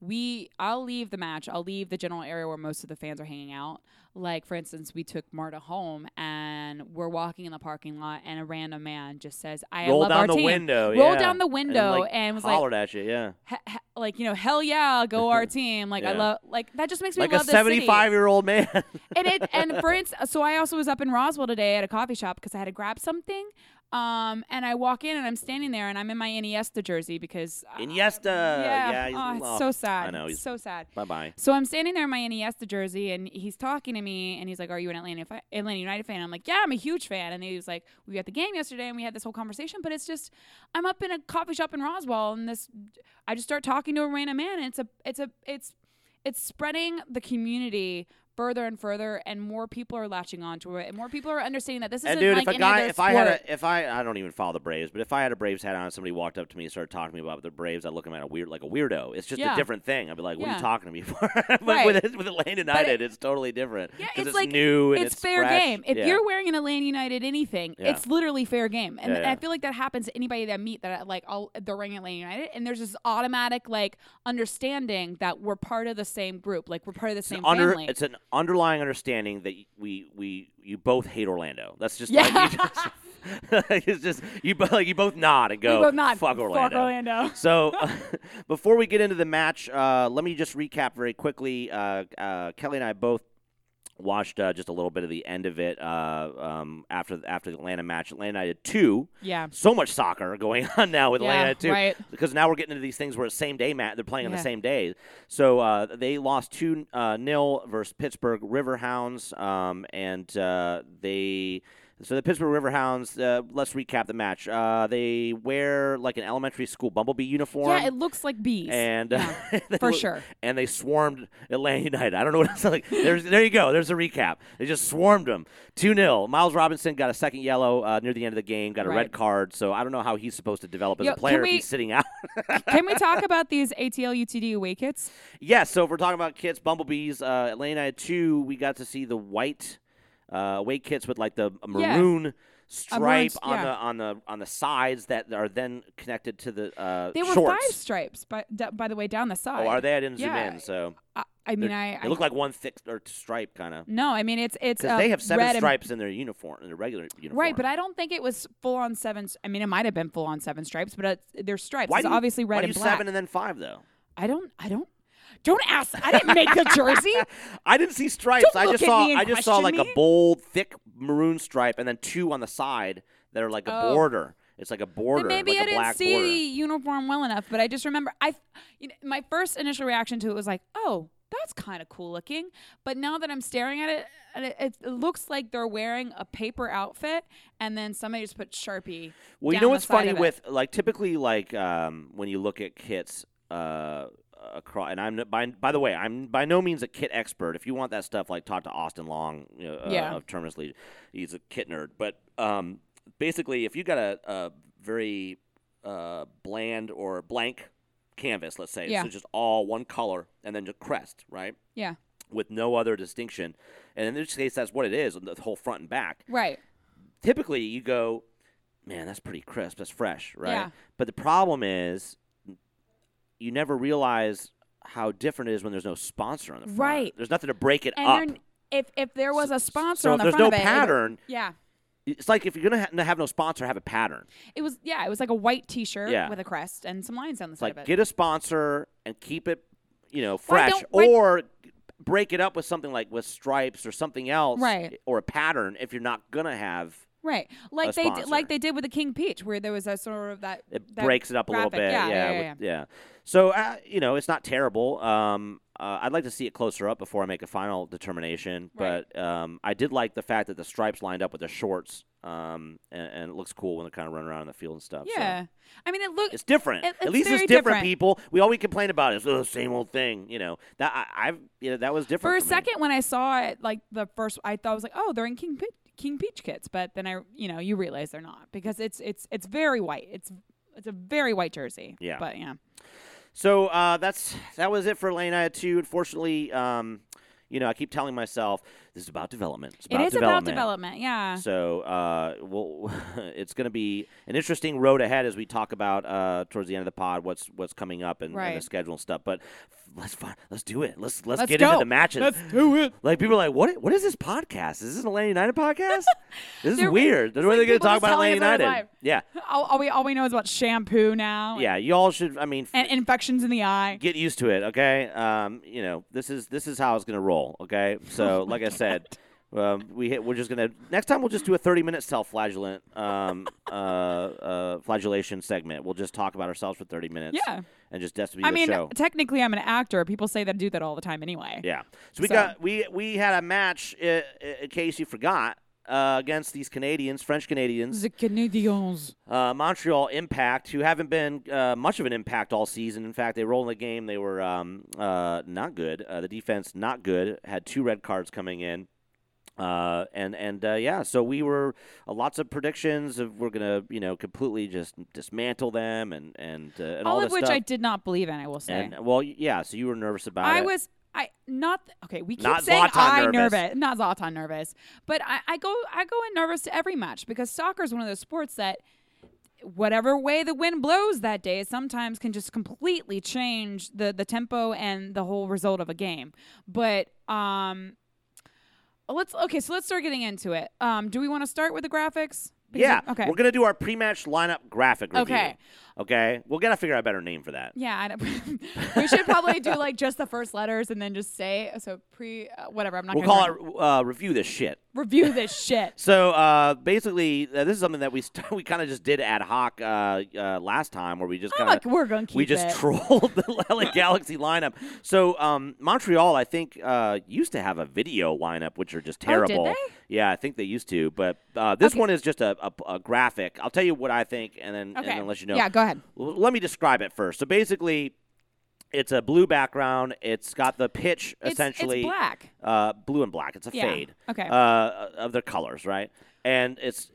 we. I'll leave the match. I'll leave the general area where most of the fans are hanging out. Like for instance, we took Marta home, and we're walking in the parking lot, and a random man just says, "I future. roll love down our the team." window. Roll yeah. down the window like, and was like- hollered at you. Yeah, He- he- like you know, hell yeah, go our team! Like I Yeah. love, like that just makes me like a love the city. seventy-five year old man. and it and for instance, so I also was up in Roswell today at a coffee shop because I had to grab something. Um, and I walk in and I'm standing there and I'm in my Iniesta jersey because uh, Iniesta. yeah, E Yeah, he's- oh, it's oh, so sad. I know, he's- so sad. bye bye. So I'm standing there in my Iniesta jersey, and he's talking to me, and he's like, "Are you an Atlanta fi- Atlanta United fan?" I'm like, "Yeah, I'm a huge fan." And he was like, "We were at the game yesterday, and we had this whole conversation, but it's just, I'm up in a coffee shop in Roswell, and this, I just start talking to a random man, and it's a, it's a, it's, it's spreading the community further and further, and more people are latching onto it, and more people are understanding that this isn't And dude, like if a any guy, other if I had, sport. a, if I, I don't even follow the Braves, but if I had a Braves hat on, and somebody walked up to me and started talking to me about the Braves, I'd look at him at a weird, like a weirdo. It's just Yeah. a different thing. I'd be like, "What are Yeah. you talking to me for?" but Right. with with Atlanta United, it's totally different. Yeah, 'Cause it's it's like- new and it's, it's fair fresh. game. If Yeah. you're wearing an Atlanta United anything, Yeah. it's literally fair game. And Yeah, yeah. I feel like that happens to anybody that I meet that I, like I'll, they're wearing Atlanta United, and there's this automatic like understanding that we're part of the same group, like we're part of the It's same an under, family. it's an underlying understanding that y- we we you both hate Orlando. That's just Yeah. like, you just, it's just you both like you both nod and go. we both not fuck Orlando. So, before we get into the match, uh, let me just recap very quickly. Uh, uh, Kelly and I both watched uh, just a little bit of the end of it uh, um, after after the Atlanta match. Atlanta and I did two. Yeah. So much soccer going on now with Yeah, Atlanta too, right. because now we're getting into these things where it's same day match. They're playing on Yeah. the same day. So uh, they lost two uh, nil versus Pittsburgh Riverhounds, um, and uh, they. So the Pittsburgh Riverhounds. Uh, let's recap the match. Uh, they wear like an elementary school bumblebee uniform. Yeah, it looks like bees. and uh, Yeah, they for look- sure. and they swarmed Atlanta United. I don't know what else. Like, there's, there you go. There's a recap. They just swarmed them. 2 0. Miles Robinson got a second yellow uh, near the end of the game, got a Right. red card. So I don't know how he's supposed to develop as Yo, a can player we- if he's sitting out. Can we talk about these ATL UTD away kits? yes, so if we're talking about kits, Bumblebees, uh, Atlanta United 2, we got to see the white uh, away kits with like the Yeah. maroon. Stripe s- on yeah. the on the on the sides that are then connected to the uh, They were shorts. five stripes, by, d- by the way, down the side. Oh, are they? I didn't Yeah. zoom in. So I, I mean, I, they I look like one thick or stripe kind of. no. I mean, it's it's Because uh, they have seven red and stripes in their uniform, in their regular uniform. Right, but I don't think it was full on seven. I mean, it might have been full on seven stripes, but it's, they're stripes. why it's do you- obviously red why do and you black. seven and then five though? I don't. I don't. Don't ask. I didn't make the jersey. I didn't see stripes. I look just at saw me and I just saw question like me. a bold, thick maroon stripe, and then two on the side that are like a Oh. border. It's like a border, Then maybe like I a black didn't see border. the uniform well enough, but I just remember I, you know, my first initial reaction to it was like, oh, that's kind of cool looking. But now that I'm staring at it, and it, it looks like they're wearing a paper outfit, and then somebody just put Sharpie. Well, you down know the what's side funny of it. with like typically like um, when you look at kits uh, across, and I'm n- by by the way, I'm by no means a kit expert. If you want that stuff, like talk to Austin Long you know, uh, Yeah. of Terminus Legion. He's a kit nerd. But um, basically, if you got a, a very uh, bland or blank canvas, let's say, Yeah. so just all one color and then just crest, right, yeah, with no other distinction, and in this case, that's what it is, the whole front and back right. typically you go, man, that's pretty crisp, that's fresh, right? Yeah. But the problem is, you never realize how different it is when there's no sponsor on the front. Right. There's nothing to break it And up. you're- if if there was a sponsor so on the if there's front no of it, it- pattern, yeah. it's like if you're gonna ha- have no sponsor, have a pattern. It was yeah, it was like a white T-shirt Yeah. with a crest and some lines down the It's side like of it. get a sponsor and keep it, you know, Why fresh, don't- why- or break it up with something like with stripes or something else, Right. Or a pattern if you're not gonna have. right, like they did, sponsor. like they did with the King Peach, where there was a sort of that it that breaks it up a little graphic. bit. Yeah, Yeah, yeah, with- yeah, So uh, you know, it's not terrible. Um, uh, I'd like to see it closer up before I make a final determination. Right. But um, I did like the fact that the stripes lined up with the shorts, um, and, and it looks cool when they kind of run around in the field and stuff. so. yeah. I mean, it looked It's different. It- it's At least it's very different, different. people. We always complain about it. It's the same old thing, you know. That I, I've, you know, that was different. for a me. second when I saw it, like the first, I thought I was like, oh, they're in King Peach, King Peach kits, but then I, you know, you realize they're not because it's it's it's very white. It's it's a very white jersey. Yeah. but yeah, So uh, that's that was it for Lena too. Unfortunately, um, you know, I keep telling myself this is about development. It's it about is development. about development. Yeah, So uh, we'll, it's going to be an interesting road ahead as we talk about uh, towards the end of the pod what's what's coming up and, and Right. the schedule and stuff. But let's find, let's do it. Let's let's, Let's get go. into the matches. do it. like people are like, what what is this podcast? Is this an Atlanta United podcast? this is They're- weird. What are they going like to people talk just about telling Atlanta about their United? life. Yeah, All, all we all we know is about shampoo now. yeah. Y'all should. I mean, and infections in the eye. get used to it, okay? Um, you know, this is this is how it's gonna roll, okay? So, Oh like I said, um, we hit, we're just gonna next time we'll just do a thirty minute self flagellant um, uh, uh, flagellation segment. We'll just talk about ourselves for thirty minutes, Yeah. and just that's to be I the mean, show. technically, I'm an actor. People say that I do that all the time anyway. yeah. So we so- got we we had a match. i i in case you forgot, uh, against these Canadians, French Canadians. The Canadians. uh, Montreal Impact, who haven't been uh, much of an impact all season. In fact, they rolled in the game. They were um, uh, not good. Uh, the defense not good. Had two red cards coming in. Uh, and and uh, yeah, so we were uh, lots of predictions of we're gonna you know completely just dismantle them and and uh, and all, all this of which stuff. I did not believe in. I will say. And well, yeah. So you were nervous about I it. was I not th- okay. We keep Not saying Zlatan I nervous. not Zlatan nervous, but I, I go I go in nervous to every match because soccer is one of those sports that whatever way the wind blows that day sometimes can just completely change the the tempo and the whole result of a game. But um, let's okay. So let's start getting into it. Um, do we want to start with the graphics? Because yeah. I- Okay. We're gonna do our pre-match lineup graphic review. Okay. Okay. We're gonna figure out a better name for that. Yeah, I don't- we should probably do like just the first letters and then just say so pre uh, whatever. I'm not. We'll gonna call remember. it uh, review this shit. review this shit. So uh, basically, uh, this is something that we st- we kind of just did ad hoc uh, uh, last time, where we just I'm kind like, of we're gonna keep we just it. trolled the LA Galaxy lineup. So um, Montreal, I think, uh, used to have a video lineup, which are just Oh, did terrible. they? Yeah, I think they used to, but uh, this Okay. one is just a, a, a graphic. I'll tell you what I think, and then okay. and then let you know. Yeah, go ahead. L- let me describe it first. So basically, it's a blue background. It's got the pitch It's- essentially it's, black. uh, blue and black. It's a Yeah. fade. Okay. Uh, of their colors, right? And it's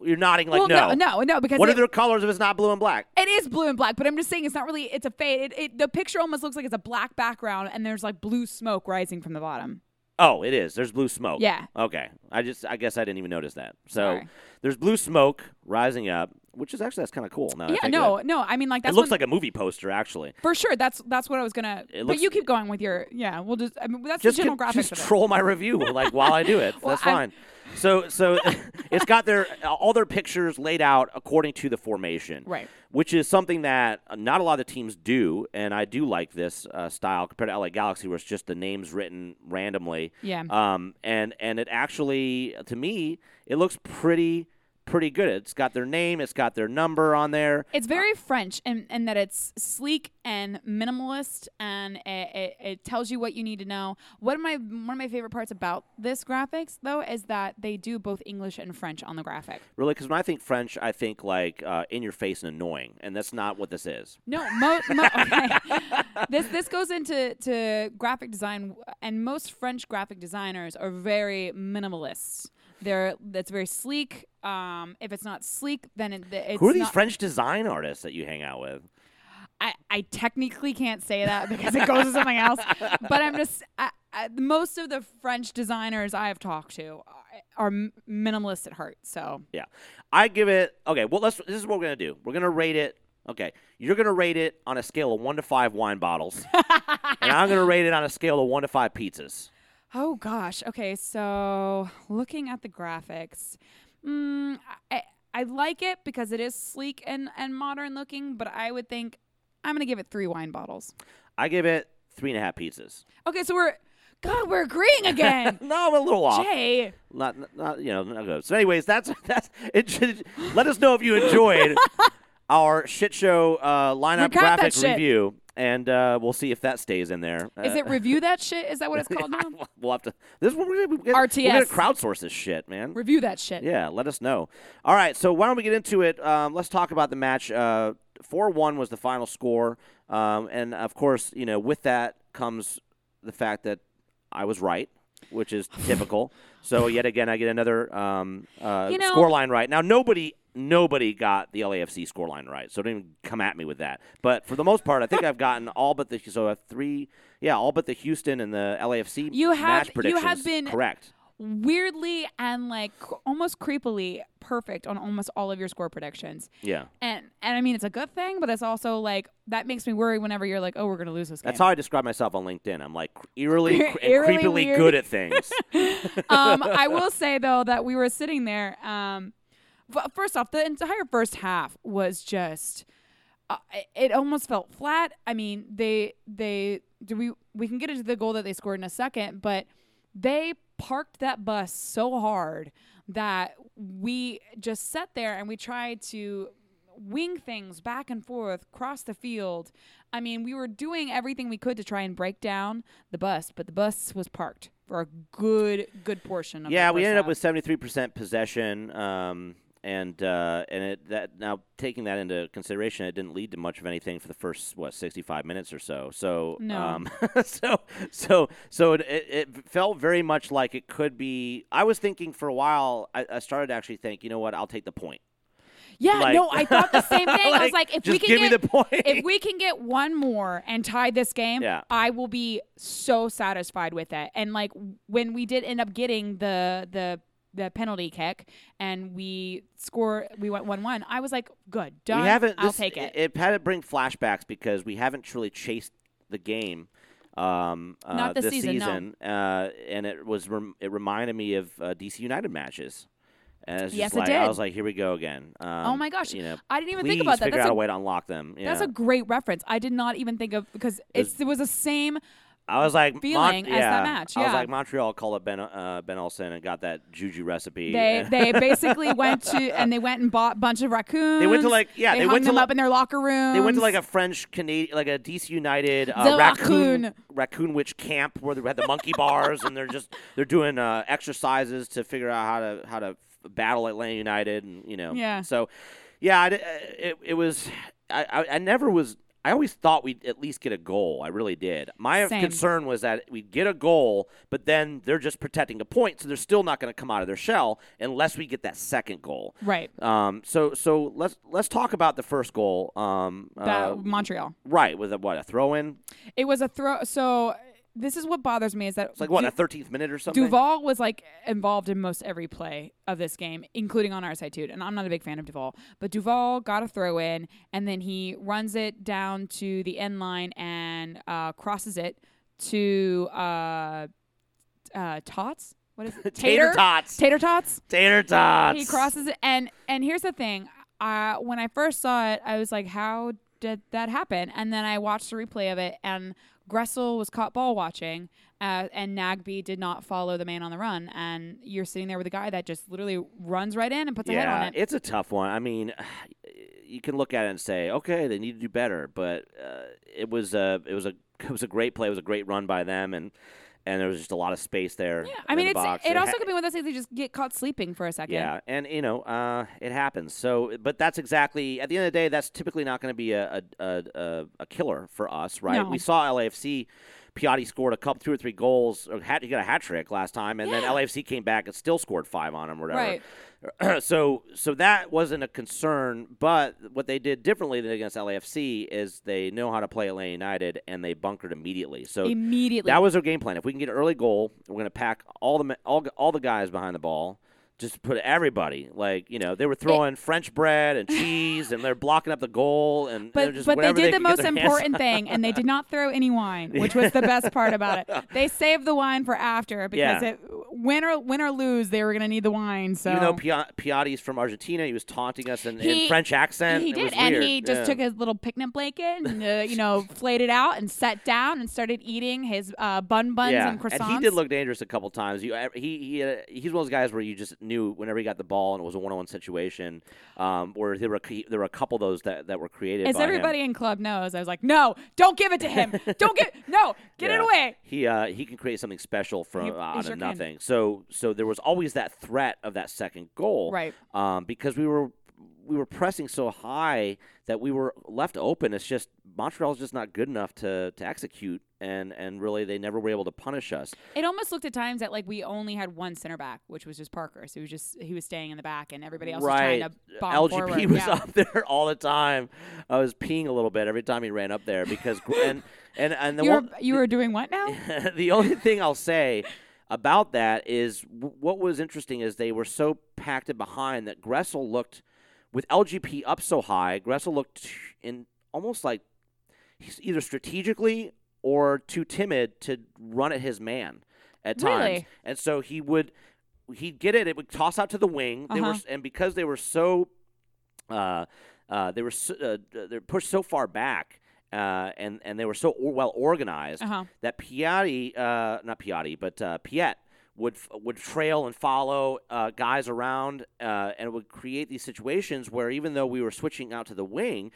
you're nodding like well, no. no, no, no, because What are it, their colors if it's not blue and black? it is blue and black, but I'm just saying it's not really. It's a fade. It, it, the picture almost looks like it's a black background, and there's like blue smoke rising from the bottom. Oh, it is. There's blue smoke. Yeah. Okay. I just I guess I didn't even notice that. So Sorry. there's blue smoke rising up, which is actually that's kind of cool. Now that I yeah, think of no, it. no. I mean, like It that's looks when- like a movie poster actually. for sure. That's that's what I was gonna. It but looks- you keep going with your yeah. We'll just. I mean, that's just the general con- graphics. just of it. troll my review like while I do it. Well, That's I'm- fine. So so it's got their all their pictures laid out according to the formation, Right. Which is something that not a lot of teams do, and I do like this uh, style compared to LA Galaxy, where it's just the names written randomly. Yeah. Um. And and it actually to me it looks pretty pretty good. It's got their name. It's got their number on there. It's very French in, in that it's sleek and minimalist, and it, it, it tells you what you need to know. One of my one of my favorite parts about this graphics, though, is that they do both English and French on the graphic. Really, because when I think French, I think like uh, in your face and annoying, and that's not what this is. No, mo- mo- okay. this this goes into to graphic design, and most French graphic designers are very minimalist. They're that's very sleek. Um, if it's not sleek, then it, it's Who are these not- French design artists that you hang out with? I, I technically can't say that because it goes to something else. But I'm just I, I, most of the French designers I have talked to are, are minimalist at heart. So Yeah, I give it. Okay, well, let's. This is what we're gonna do. We're gonna rate it. Okay, you're gonna rate it on a scale of one to five wine bottles, and I'm gonna rate it on a scale of one to five pizzas. oh gosh, okay. So looking at the graphics, mm, I I like it because it is sleek and and modern looking. But I would think I'm gonna give it three wine bottles. I give it three and a half pizzas. Okay, so we're God, we're agreeing again. No, I'm a little off. Jay, Not, not, you know. Not good. So, anyways, that's that's. It should, let us know if you enjoyed our shit show uh, lineup Recap that graphic shit. review, and uh, we'll see if that stays in there. is Uh, it review that shit? Is that what it's called now? we'll have to. This is what we're gonna, we're gonna RTS. crowdsource this shit, man. Review that shit. Yeah, let us know. All right, so why don't we get into it? Um, let's talk about the match. Uh, Four one was the final score, um, and of course, you know, with that comes the fact that I was right, which is typical. so yet again, I get another um, uh, You know- scoreline right. Now nobody. Nobody got the LAFC scoreline right, so don't even come at me with that. But for the most part, I think I've gotten all but the so I have three, yeah, all but the Houston and the LAFC You have- match you predictions. have been- correct. weirdly and like c- almost creepily perfect on almost all of your score predictions. Yeah, And and I mean it's a good thing, but it's also like that makes me worry whenever you're like, oh, we're gonna lose this game. That's how I describe myself on LinkedIn. I'm like cr- eerily, cre- and Eerily creepily weird. good at things. um, I will say though that we were sitting there. Um, f- first off, the entire first half was just. Uh, it- it almost felt flat. I mean, they they do we we can get into the goal that they scored in a second, but they parked that bus so hard that we just sat there and we tried to wing things back and forth, cross the field. I mean, we were doing everything we could to try and break down the bus, but the bus was parked for a good, good portion of yeah, the we first ended up half. with seventy three percent possession, um, and uh, and it, that now taking that into consideration, it didn't lead to much of anything for the first what sixty five minutes or so. So No. um, so so so it, it, it felt very much like it could be. I was thinking for a while. I, I started to actually think, you know what, I'll take the point. Yeah, Like- no, I thought the same thing. I was Like, like, if we just can give me get the point. if we can get one more and tie this game, Yeah. I will be so satisfied with it. And like when we did end up getting the the the penalty kick and we score, we went one one. I was like, good, done. We haven't. I'll this- take it. It had to bring flashbacks because we haven't truly chased the game. Um, uh, Not this season, no. uh, and it was rem- it reminded me of uh, DC United matches. And it's just Yes, it like, did. Oh I was like, here we go again. Um, my gosh. You know, I didn't even please think about that. figure That's out a, a way to unlock them. that's a great reference. I did not even think of because it's, it was the same. I was like, Mon- feeling as that yeah. match, I was yeah. like, Montreal called up Ben uh, Ben Olsen and got that juju recipe. They they basically went to and they went and bought a bunch of raccoons. like- yeah, they, they hung went to them li- up in their locker room. They went to like a French Canadian, like a DC United The uh, raccoon raccoon witch camp where they had the monkey bars, and they're just they're doing uh, exercises to figure out how to how to f- battle Atlanta United, and you know, Yeah. So, yeah, I, di- it it was I, I I never was. I always thought we'd at least get a goal. I really did. My Same. concern was that we'd get a goal, but then they're just protecting a point, so they're still not going to come out of their shell unless we get that second goal. right Um, so so let's let's talk about the first goal. Um, that uh, Montreal. right with a, what a throw in. It was a throw. So this is what bothers me is that It's like what Du- a thirteenth minute or something. Duval was like involved in most every play of this game, including on our side too. And I'm not a big fan of Duval, but Duval got a throw in, and then he runs it down to the end line and uh, crosses it to uh, uh, Tots. What is it? Tater tots. Tater tots. Tater tots. He crosses it, and and here's the thing. Uh, when I first saw it, I was like, "How did that happen?" And then I watched the replay of it, and Gressel was caught ball watching, uh, and Nagby did not follow the man on the run, and you're sitting there with a guy that just literally runs right in and puts a head Yeah, on it. it's a tough one. I mean, you can look at it and say, okay, they need to do better, but uh, it was a it was a it was a great play. It was a great run by them, and and there was just a lot of space there. Yeah, I mean, in the it's box. it, ha- also could be one of those things they just get caught sleeping for a second. Yeah, and you know, uh, it happens. So, but that's exactly at the end of the day, that's typically not going to be a a, a a a killer for us, right? No. We saw LAFC. Piotti scored a couple, two or three goals. Or had, he got a hat trick last time, and Yeah. then LAFC came back and still scored five on him, or whatever. Right. so so that wasn't a concern, but what they did differently than against LAFC is they know how to play Atlanta United and they bunkered immediately. So Immediately. that was their game plan. If we can get an early goal, we're going to pack all the ma- all g- all the guys behind the ball. Just put everybody like you know they were throwing French bread and cheese and they're blocking up the goal and they're But, just but they whatever did the could get most their hands important thing, and they did not throw any wine, which was the best part about it. They saved the wine for after because Yeah. it, win or win or lose, they were going to need the wine. So Even though Pia- Piatti's from Argentina, he was taunting us in, He- in French accent. he It did, was and weird. he just Yeah. took his little picnic blanket and uh, you know flayed it out and sat down and started eating his uh, bun buns and croissants. he did look dangerous a couple times. You, he, he, uh, he's one of those guys where you just knew whenever he got the ball and it was a one-on-one situation, um, where there were he- there were a couple of those that, that were created. As by him. everybody in club knows, I was like, "No, don't give it to him. Don't get no, get it Yeah. away." He uh, he can create something special from He- uh, he out sure of can. nothing. So so there was always that threat of that second goal, Right. Um, because we were we were pressing so high that we were left open. It's just Montreal's just not good enough to to execute, and and really they never were able to punish us. It almost looked at times that like we only had one center back, which was just Parker. So he was just he was staying in the back, and everybody else was trying to bomb LGP forward. was Yeah. up there all the time. I was peeing a little bit every time he ran up there because and and and the You were, one, you were doing what now? the only thing I'll say about that is w- what was interesting is they were so packed in behind that Gressel looked with LGP up so high. Gressel looked in almost like he's either strategically or too timid to run at his man at times, Really? and so he would he'd get it. It would toss out to the wing. They were Uh-huh. s- and because they were so uh, uh, they were so, uh, they're pushed so far back. Uh, and and they were so or- well organized Uh-huh. that Piatti, uh, not Piatti, but uh, Piet would f- would trail and follow uh, guys around, uh, and it would create these situations where even though we were switching out to the wing,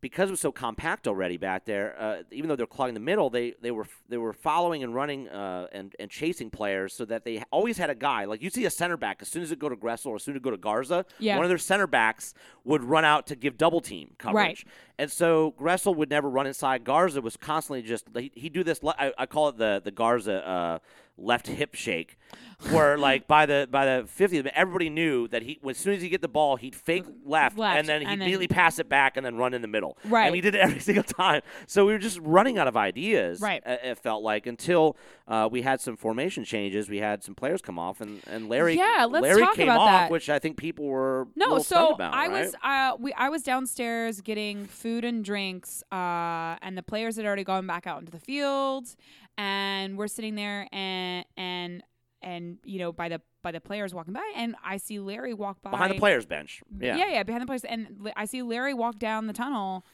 because it was so compact already back there, uh, even though they're clogging the middle, they they were they were following and running uh, and and chasing players so that they always had a guy. Like you see a center back as soon as it go to Gressel or as soon as it go to Garza, Yeah. one of their center backs would run out to give double team coverage. And so Gressel would never run inside. Garza was constantly just he he do this. le- I, I call it the the Garza uh, left hip shake, where like by the by the fiftieth, everybody knew that he as soon as he get the ball, he'd fake left, Left, and then he'd and then- immediately pass it back and then run in the middle. Right. And he did it every single time. So we were just running out of ideas. Right. uh, It felt like until uh, we had some formation changes, we had some players come off, and and Larry Yeah, let's Larry talk came about off, that. which I think people were a No, little so stunned about, I right? was uh, we I was downstairs getting food and drinks, uh, and the players had already gone back out into the field, and we're sitting there and and and you know by the by the players walking by, and I see Larry walk by behind the players bench. Yeah. yeah, behind the players, and li- I see Larry walk down the tunnel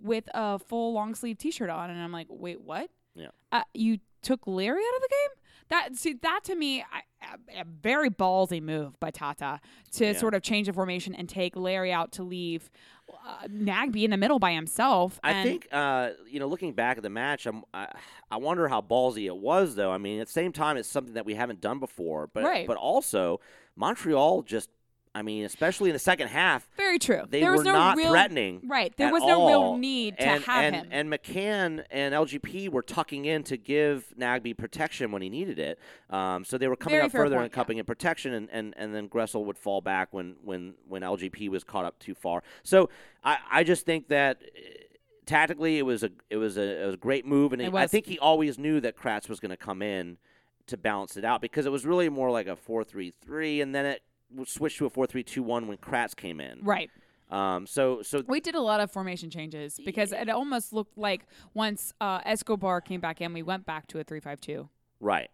with a full long sleeve T shirt on, and I'm like, wait, what? Yeah. uh, you took Larry out of the game. That see that to me, I, a, a very ballsy move by Tata to Yeah. sort of change the formation and take Larry out to leave uh, Nagby in the middle by himself. I and think uh, you know, looking back at the match, I'm, I I wonder how ballsy it was, though. I mean, at the same time, it's something that we haven't done before, but Right. but also Montreal just, I mean, especially in the second half, very true. they there were was no not real, threatening. Right, there at was no real all. need to and, have and, him. And McCann and LGP were tucking in to give Nagby protection when he needed it. Um, so they were coming Very up fair further point, and yeah. cupping in protection, and, and, and then Gressel would fall back when, when, when LGP was caught up too far. So I, I just think that. eh, Tactically, it was a it was a, it was a great move, and It he- I was. think he always knew that Kratz was going to come in to balance it out because it was really more like a four three three, and then it switched to a four three two one when Kratz came in. right. Um, so so We did a lot of formation changes because it almost looked like once uh, Escobar came back in, we went back to a three-five-two. right,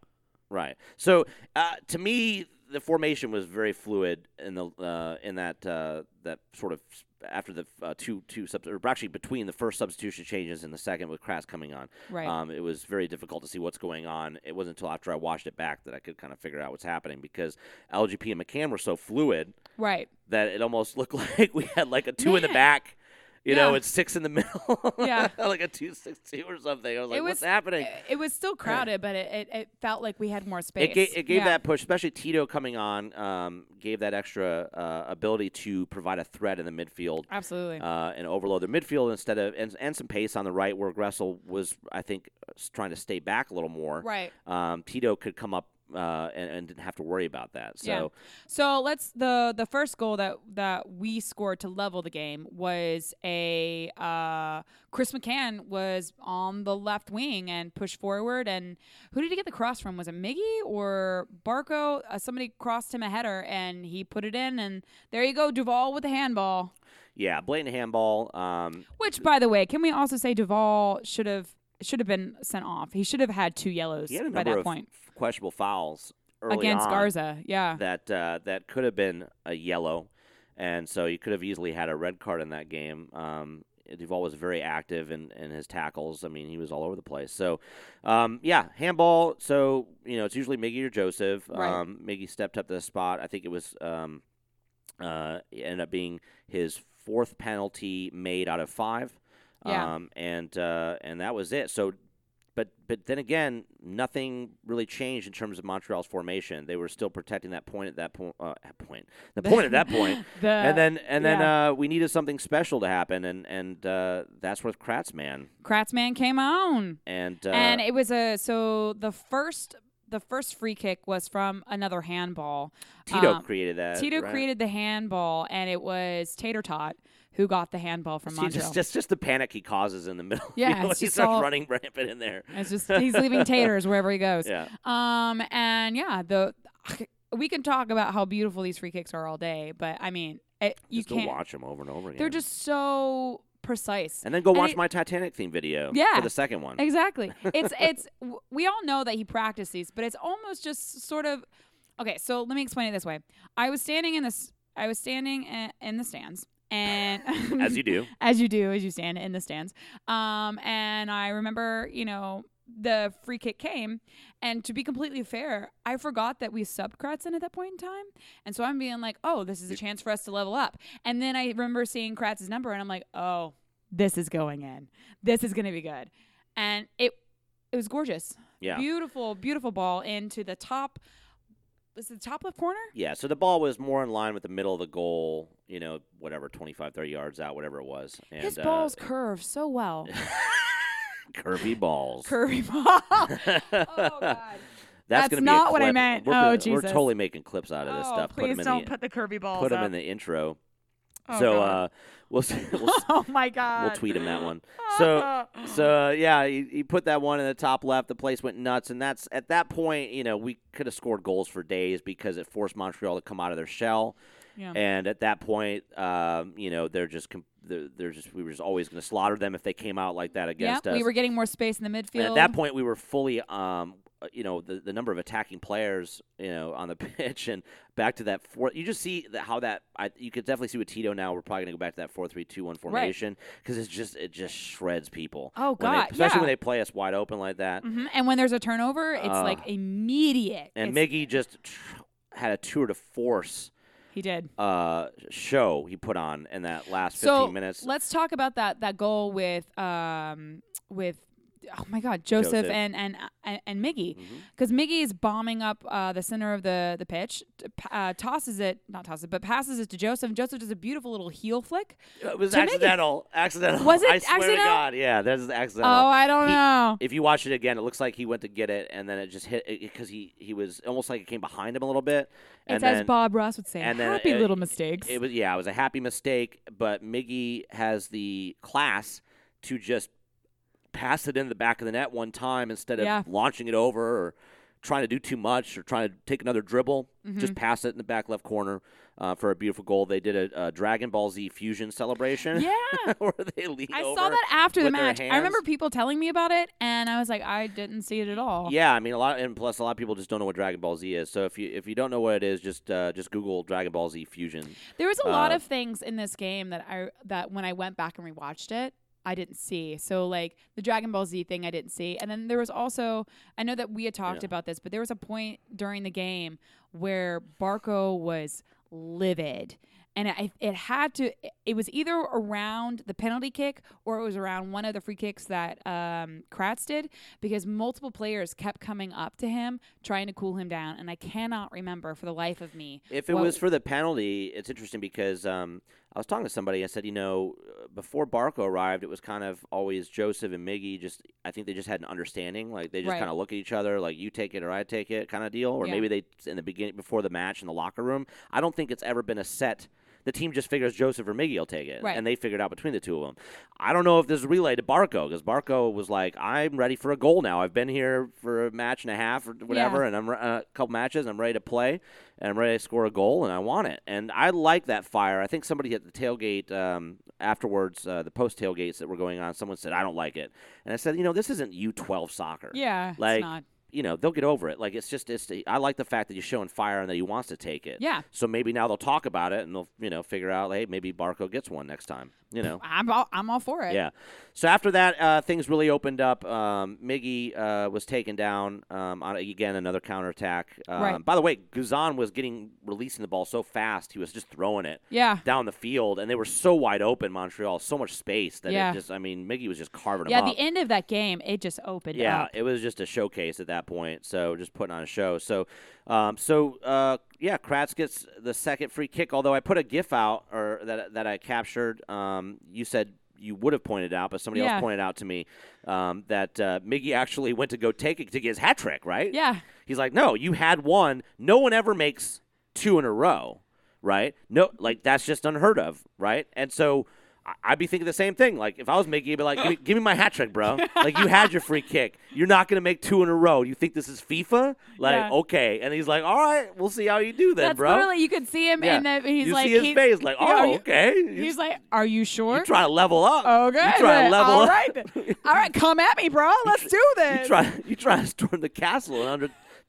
right. So uh, to me, the formation was very fluid in the uh, in that uh, that sort of s- after the uh, two two subs or actually between the first substitution changes and the second with Kratz coming on. Right. Um, it was very difficult to see what's going on. It wasn't until after I watched it back that I could kind of figure out what's happening because LGP and McCann were so fluid Right. that it almost looked like we had like a two in the Man. back. You know, Yeah. it's six in the middle. Yeah. like a two six two or something. I was like, was- what's happening? it- It was still crowded, but it, it, it felt like we had more space. It, ga- it gave Yeah. that push, especially Tito coming on, um, gave that extra uh, ability to provide a threat in the midfield absolutely. uh, and overload the midfield instead of and, and some pace on the right where Gressel was, I think, s- trying to stay back a little more. Right. Um, Tito could come up uh, and, and didn't have to worry about that. So yeah. So let's the the first goal that that we scored to level the game was a uh, Chris McCann was on the left wing and pushed forward and who did he get the cross from? Was it Miggy or Barco? Uh, somebody crossed him a header and he put it in and there you go, Duval with the handball. yeah, blatant handball. Um, Which, by the way, can we also say Duval should have should have been sent off? He should have had two yellows he had a by number that of point f- questionable fouls early against on. Garza. Yeah, that uh, that could have been a yellow, and so you could have easily had a red card in that game. Um, Duval was very active in, in his tackles. I mean, he was all over the place. So, um, yeah, handball. So you know, it's usually Miggy or Joseph. Right. Um, Miggy stepped up to the spot. I think it was um, uh, it ended up being his fourth penalty made out of five. Yeah. Um, and uh, and that was it. So but but then again, nothing really changed in terms of Montreal's formation. They were still protecting that point at that point. Uh, at point the point at that point. The- And then and then yeah. uh, we needed something special to happen, and and uh, that's where Kratz man Kratzman came on, and, uh, and it was a so the first the first free kick was from another handball. Tito Um, created that. Tito right? created the handball, and it was Tater Tot who got the handball from See, Montreal. just, just just the panic he causes in the middle. You Yeah, know, it's he just starts all- running rampant in there. It's just he's leaving taters wherever he goes. Yeah. Um, and yeah, the we can talk about how beautiful these free kicks are all day, but I mean, it, you just go can't. watch him over and over again. They're just so precise. and then go and watch it- my Titanic theme video. Yeah. for the second one. Exactly. It's it's w- we all know that he practiced these, but it's almost just sort of okay. So let me explain it this way. I was standing in this. I was standing in, in the stands, and As you do. as you do, as you stand in the stands. Um, and I remember, you know, the free kick came. And to be completely fair, I forgot that we subbed Kratzen at that point in time. And so I'm being like, oh, this is a chance for us to level up. And then I remember seeing Kratz's number and I'm like, oh, this is going in. This is going to be good. And it it was gorgeous. Yeah. Beautiful, beautiful ball into the top. Was it the top left corner? Yeah, so the ball was more in line with the middle of the goal, you know, whatever, 25, 30 yards out, whatever it was. And, His uh, balls curve so well. curvy balls. Curvy ball. oh, God. That's gonna be a not what I clip. meant. We're Oh, gonna- Jesus. We're totally making clips out of this oh, stuff. put 'em please in don't the, put the curvy balls put 'em up. in the intro. Oh, so God. uh, we'll, s- we'll s- oh, my God. we'll tweet him that one. Oh, So so uh, yeah, he, he put that one in the top left. The place went nuts, and that's at that point, you know, we could have scored goals for days because it forced Montreal to come out of their shell. Yeah. And at that point, um, you know, they're just com- they're, they're just we were just always going to slaughter them if they came out like that yeah, against us. we were getting more space in the midfield. And at that point, we were fully, um, uh, you know, the, the number of attacking players, you know, on the pitch, and back to that four. You just see that how that I, you could definitely see with Tito now. We're probably gonna go back to that four three two one formation because it's just it just shreds people. Oh, when they- God, especially when yeah. they play us wide open like that. Mhm. And when there's a turnover, it's Uh, like immediate. And It's- Miggy just tr- had a tour de force he did. uh, show he put on in that last So fifteen minutes. let's talk about that that goal with um with oh my God Joseph, Joseph. Mm-hmm. and and and, and Miggy because Miggy is bombing up uh, the center of the the pitch, t- p- uh, tosses it not tosses it but passes it to Joseph. And Joseph does a beautiful little heel flick. It was to Miggy. accidental. Accidental. Was it I swear accidental? to God, yeah, that is accidental. Oh, I don't He- know. if you watch it again, it looks like he went to get it, and then it just hit because he he was almost like it came behind him a little bit. And It's then, as Bob Ross would say, and then happy it- little mistakes. It was yeah, it was a happy mistake, but Miggy has the class to just pass it in the back of the net one time instead of Yeah. launching it over or trying to do too much or trying to take another dribble. Mm-hmm. Just pass it in the back left corner uh, for a beautiful goal. They did a, a Dragon Ball Z fusion celebration. Yeah. where they lean I over. saw that after the with their match. I hands. uh, remember um, um, uh, uh, um, uh, uh, Um, Um, um, uh, um, um, uh, "Oh,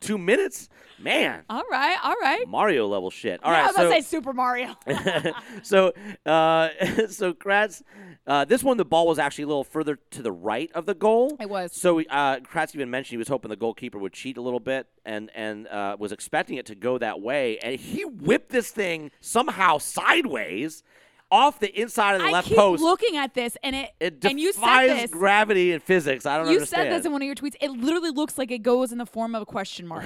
two minutes, man. All right, all right. Mario level shit. All Yeah, I right, was so gonna say Super Mario. so uh, so Kratz, uh, this one the ball was actually a little further to the right of the goal. It was. So uh, Kratz even mentioned he was hoping the goalkeeper would cheat a little bit and and uh, was expecting it to go that way, and he whipped this thing somehow sideways off the inside of the I left keep post. looking at this, and it, it defies and you said this. gravity and physics. I don't you understand. said this in one of your tweets. It literally looks like it goes in the form of a question mark.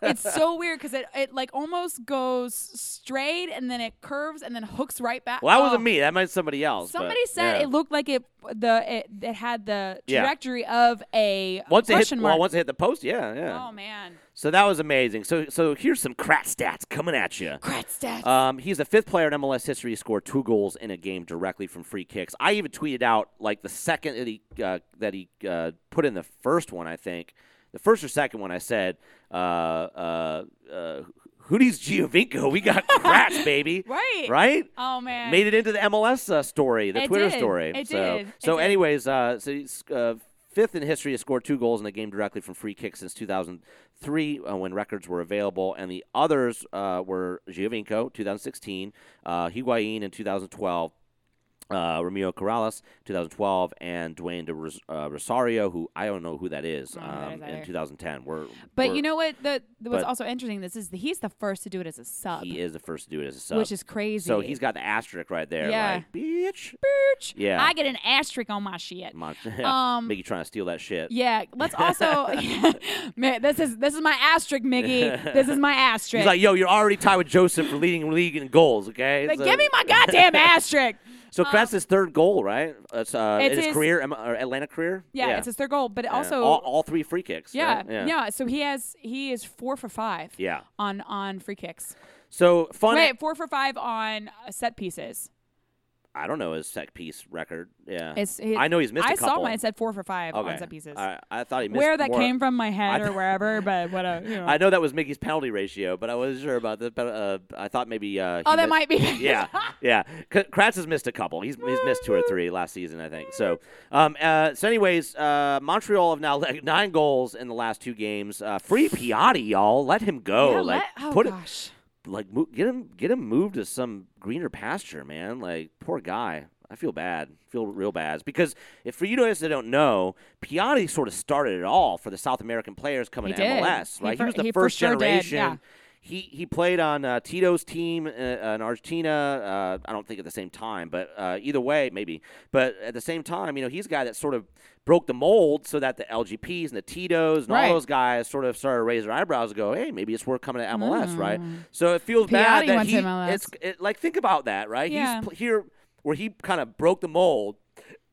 it's so weird because it, it like almost goes straight and then it curves and then hooks right back. well, that wasn't Oh. me. That meant somebody else. but, Somebody said yeah. it looked like it the it, it had the Yeah. trajectory of a once it hit, question well, mark. once it hit the post, yeah, yeah. oh man, So that was amazing. So so here's some Krat stats coming at you. Krat stats. Um, he's the fifth player in MLS history to score two goals in a game directly from free kicks. I even tweeted out like the second that he uh, that he uh, put in the first one. I think the first or second one. I said, uh, uh, uh, "Hooties Giovinco, we got Kratz, baby." Right. Right. oh man, Made it into the MLS uh, story, the It Twitter did. story. It so, did. It so did. anyways, uh, so he's, uh, fifth in history to score two goals in a game directly from free kicks since 2003, uh, when records were available, and the others uh, were Giovinco 2016, uh, Higuain in 2012. Uh, Ramiro Corrales, 2012, and Dwayne de Ros- uh, Rosario, who I don't know who that is, I don't know who um, that is in either. 2010. We're, but we're- you know what? The, what's but- also interesting. This is he's the first to do it as a sub, he is the first to do it as a sub. which is crazy. so he's got the asterisk right there. Yeah. Like, bitch. Birch. Yeah. I get an asterisk on my shit. Mon- Um, Mickey trying to steal that shit. Yeah, let's also. Ma- this is this is my asterisk, Mickey. This is my asterisk. He's like, yo, you're already tied with Joseph for leading the league in goals, okay? Like, so, give me my goddamn asterisk. So Kratz is third goal, right? That's uh, It's in his, his- career, am- or Atlanta career. Yeah, it's his third goal, but Yeah. also all, all three free kicks. yeah, right? yeah, So he has he is four for five. Yeah. On on free kicks. So fun. Wait, four for five on uh, set pieces. I don't know his set piece record. Yeah, It's he- I know he's missed. I a couple. saw one. It said four for five okay. on set pieces. I, I thought he missed Where that more. came from, my head I- or wherever, but what a, you know. I know that was Mickey's penalty ratio, but I wasn't sure about the. pen- Uh, I thought maybe. Uh, he oh, that missed- might be. yeah, yeah. K- Kratz has missed a couple. He's, he's missed two or three last season, I think. So, um, uh, so anyways, uh, Montreal have now like nine goals in the last two games. Uh, free Piatti, y'all. Let him go. Yeah, like let- oh put it, gosh. like mo- get him get him moved to some greener pasture, man. Like poor guy. I feel bad. Feel real bad It's because if for you guys that don't know, Piatti sort of started it all for the South American players coming He to did. MLS. He Right, for- was the he for first sure did, generation. yeah. He he played on uh, Tito's team uh, in Argentina. Uh, I don't think at the same time, but uh, either way, maybe. But at the same time, you know, he's a guy that sort of broke the mold, so that the LGPs and the Titos and Right. all those guys sort of started to raise their eyebrows and go, "Hey, maybe it's worth coming to MLS, right?" So it feels bad Mm. Piatti that wants he. MLS. It's it, like think about that, right? Yeah. He's pl- here where he kind of broke the mold,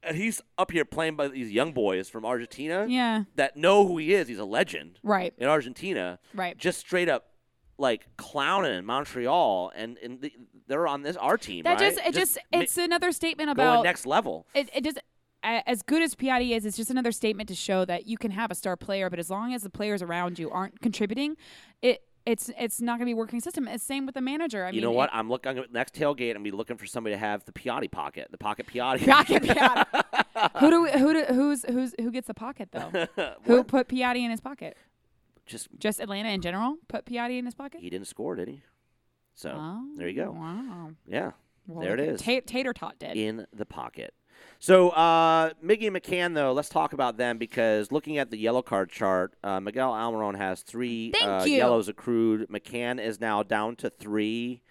and he's up here playing by these young boys from Argentina Yeah. that know who he is. He's a legend Right. in Argentina, Right. just straight up like clowning Montreal, and and the, they're on this our team. That right? just it just, ma- it's another statement going about next level. it, it does a- as good as Piatti is, it's just another statement to show that you can have a star player, but as long as the players around you aren't contributing, it it's it's not going to be a working system. It's same with the manager. I You mean, know what? it- I'm looking at next tailgate and be looking for somebody to have the Piatti pocket, the pocket Piatti. Pocket Piatti. who do we, who do, who's who's who gets the pocket though? who put Piatti in his pocket? just Just Atlanta in general put Piatti in his pocket. he didn't score, did he? So Oh, there you go. Wow. Yeah. Well, there it look at is. Ta- Tater Tot did. in the pocket. So, uh, Miggy and McCann, though, let's talk about them because looking at the yellow card chart, uh, Miguel Almiron has three Thank uh, you. yellows accrued. McCann is now down to three.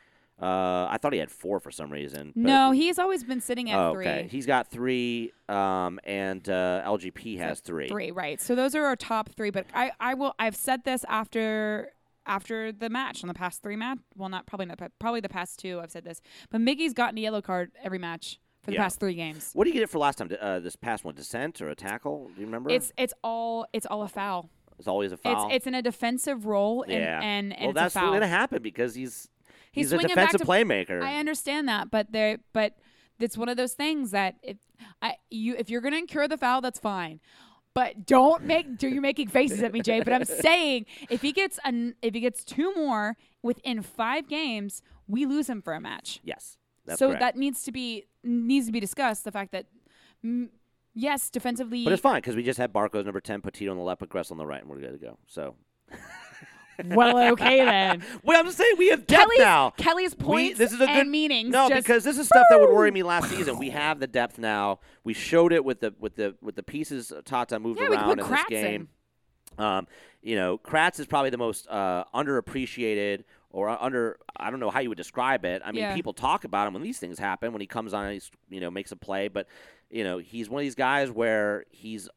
Uh, I thought he had four for some reason. but- No, he's always been sitting at Oh, three. okay. He's got three, um, and uh, LGP has three. three right so those are our top three but i i will i've said this after after the match on the past three match well not probably not but probably the past two i've said this but miggy's gotten a yellow card every match for the Yeah. past three games What do you get it for last time? Uh, this past one, dissent or a tackle? Do you remember? it's it's all it's all a foul It's always a foul. it's it's in a defensive role and yeah. and, and well, it's that's a foul going to happen because he's He's a swinging back defensive to- playmaker. I understand that, but there, but it's one of those things that if I you if you're gonna incur the foul, that's fine. But don't make do you making faces at me, Jay? But I'm saying if he gets an if he gets two more within five games, we lose him for a match. yes. That's so correct. that needs to be needs to be discussed. The fact that mm, yes, defensively, But it's fine because we just had Barco's number ten, Petito on the left, Gress on the right, and we're good to go. So well, okay then. Well, I'm just saying we have depth Kelly's, now. Kelly's points this is a good and meanings. No, just- because this is stuff that would worry me last season. We have the depth now. We showed it with the with the with the pieces Tata moved Yeah, we could around put in Kratz this game. Um, you know, Kratz is probably the most uh, underappreciated or uh, under I don't know how you would describe it. I mean, Yeah. people talk about him when these things happen when he comes on and he's you know makes a play, but you know he's one of these guys where he's.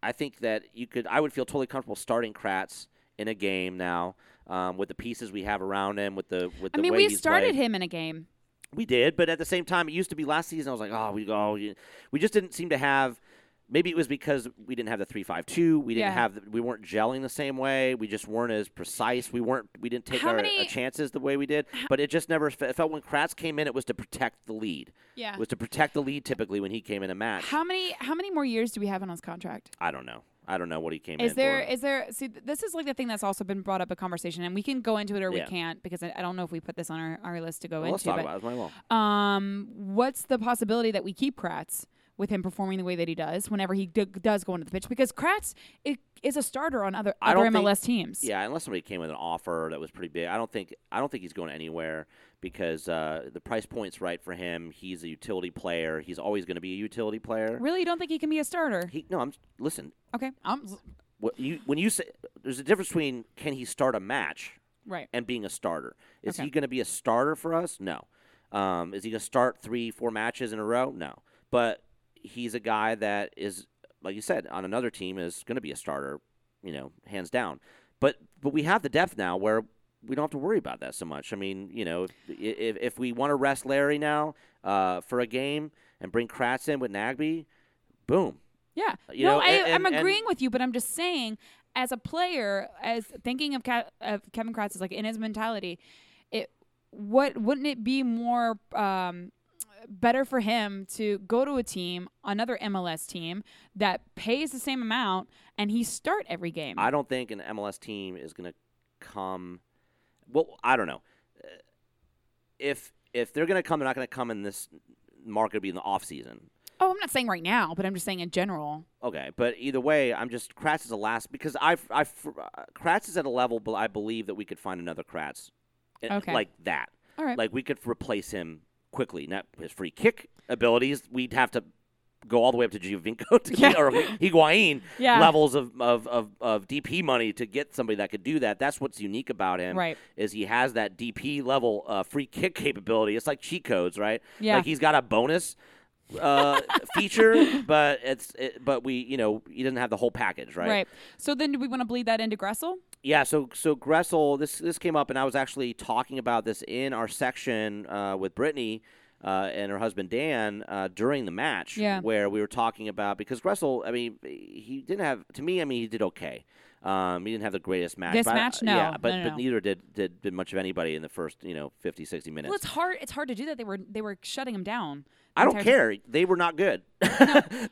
I think that you could I would feel totally comfortable starting Kratz in a game now. Um, with the pieces we have around him, with the with I the mean, way we he's started played. him in a game. We did, but at the same time, it used to be last season. I was like, oh, we go. you we just didn't seem to have. Maybe it was because we didn't have the three five two. We didn't Yeah. have. The, we weren't gelling the same way. We just weren't as precise. We weren't. We didn't take How our, many- our chances the way we did. But it just never fe- felt when Kratz came in. It was to protect the lead. Yeah. It was to protect the lead typically when he came in a match. How many how many more years do we have on his contract? I don't know. I don't know what he came Is in there for. is there see th- this is like the thing that's also been brought up a conversation and we can go into it or we Yeah. can't because I, I don't know if we put this on our, our list to go Well, into let's talk but about it. It's my wall. um what's the possibility that we keep Kratz with him performing the way that he does whenever he d- does go into the pitch because Kratz i- is a starter on other I other don't think- MLS teams. Yeah, unless somebody came with an offer that was pretty big. I don't think I don't think he's going anywhere because uh, the price point's right for him. He's a utility player. He's always going to be a utility player. Really, you don't think he can be a starter? He, no, I'm listen. Okay, I'm What you when you say there's a difference between can he start a match right. and being a starter. Is Okay. he going to be a starter for us? No. Um, is he going to start three, four matches in a row? No. But he's a guy that is, like you said, on another team is going to be a starter, you know, hands down. But but we have the depth now where we don't have to worry about that so much. I mean, you know, if if we want to rest Larry now uh, for a game and bring Kratz in with Nagby, boom. Yeah. You no, know, I, and- I'm and- agreeing with you, but I'm just saying, as a player, as thinking of, Ca- of Kevin Kratz is like in his mentality, it what wouldn't it be more um, better for him to go to a team, another MLS team that pays the same amount, and he start every game? I don't think an MLS team is going to come. Well, I don't know. Uh, If if they're going to come, they're not going to come in this market. it'll Be in the off season. oh, I'm not saying right now, but I'm just saying in general. Okay, but either way, I'm just Kratz is a last because I I uh, Kratz is at a level, but I believe that we could find another Kratz, uh, Okay. like that. All right. Like we could replace him quickly. Not his free kick abilities. We'd have to go all the way up to Giovinco to Yeah. or Higuain Yeah. levels of, of, of, of DP money to get somebody that could do that. That's what's unique about him. Right. Is he has that DP level uh, free kick capability. It's like cheat codes, right? Yeah. Like he's got a bonus uh, feature, but it's it, but we you know he doesn't have the whole package, right? So then, do we want to bleed that into Gressel? Yeah, so so Gressel, this this came up, and I was actually talking about this in our section uh, with Brittany uh, and her husband Dan uh, during the match, Yeah. where we were talking about because Gressel, I mean, he didn't have to me, I mean, he did okay. Um, he didn't have the greatest match. This but I- match? yeah, No, but no, no, but no. neither did, did did much of anybody in the first you know 50, 60 minutes. Well, it's hard. It's hard to do that. They were they were shutting him down. the I don't entire- care. They were not good.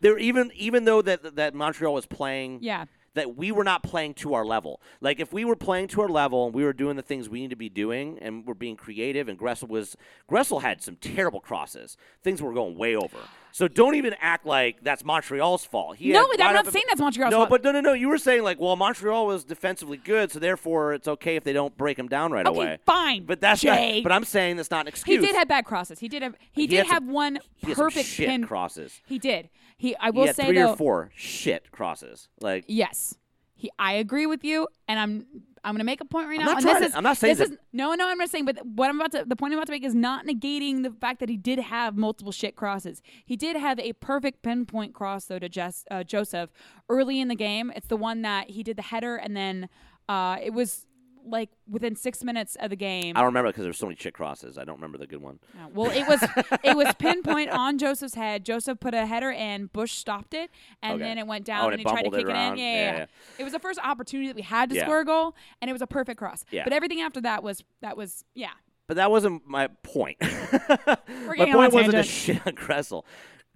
they were even even though that that Montreal was playing Yeah. that we were not playing to our level. Like if we were playing to our level and we were doing the things we need to be doing and we're being creative and Gressel was Gressel had some terrible crosses. Things were going way over. So don't even act like that's Montreal's fault. He No, had I'm right not up- saying that's Montreal's No, fault. but no, no, no. You were saying like, well, Montreal was defensively good, so therefore it's okay if they don't break him down right Okay, away. fine, But that's Jay. not. But I'm saying that's not an He excuse. did have bad crosses. He did have. He, He did had have some- one he had some perfect shit pin crosses. He did. He. I He will had say three though. or four shit crosses. Like Yes, he. I agree with you, and I'm. I'm going to make a point right now. not and trying this to- is, I'm not saying this that- is- no, no. I'm not saying. But what I'm about to. The point I'm about to make is not negating the fact that he did have multiple shit crosses. He did have a perfect pinpoint cross though to Jess, uh, Joseph early in the game. It's the one that he did the header, and then uh, it was like within six minutes of the game. I don't remember because there were so many shit crosses. I don't remember the good one. Yeah, Uh, Well, it was it was pinpoint on Joseph's head. Joseph put a header in, Bush stopped it, Okay. and then it went Oh, down, and and it he tried to bumbled it kick it, in. around. Yeah, Yeah, yeah, yeah. yeah. It was the first opportunity that we had to Yeah. score a goal, and it was a perfect cross. Yeah. But everything after that was that was yeah. But that wasn't my point. my getting on a point wasn't to tangent. shit on Kressel.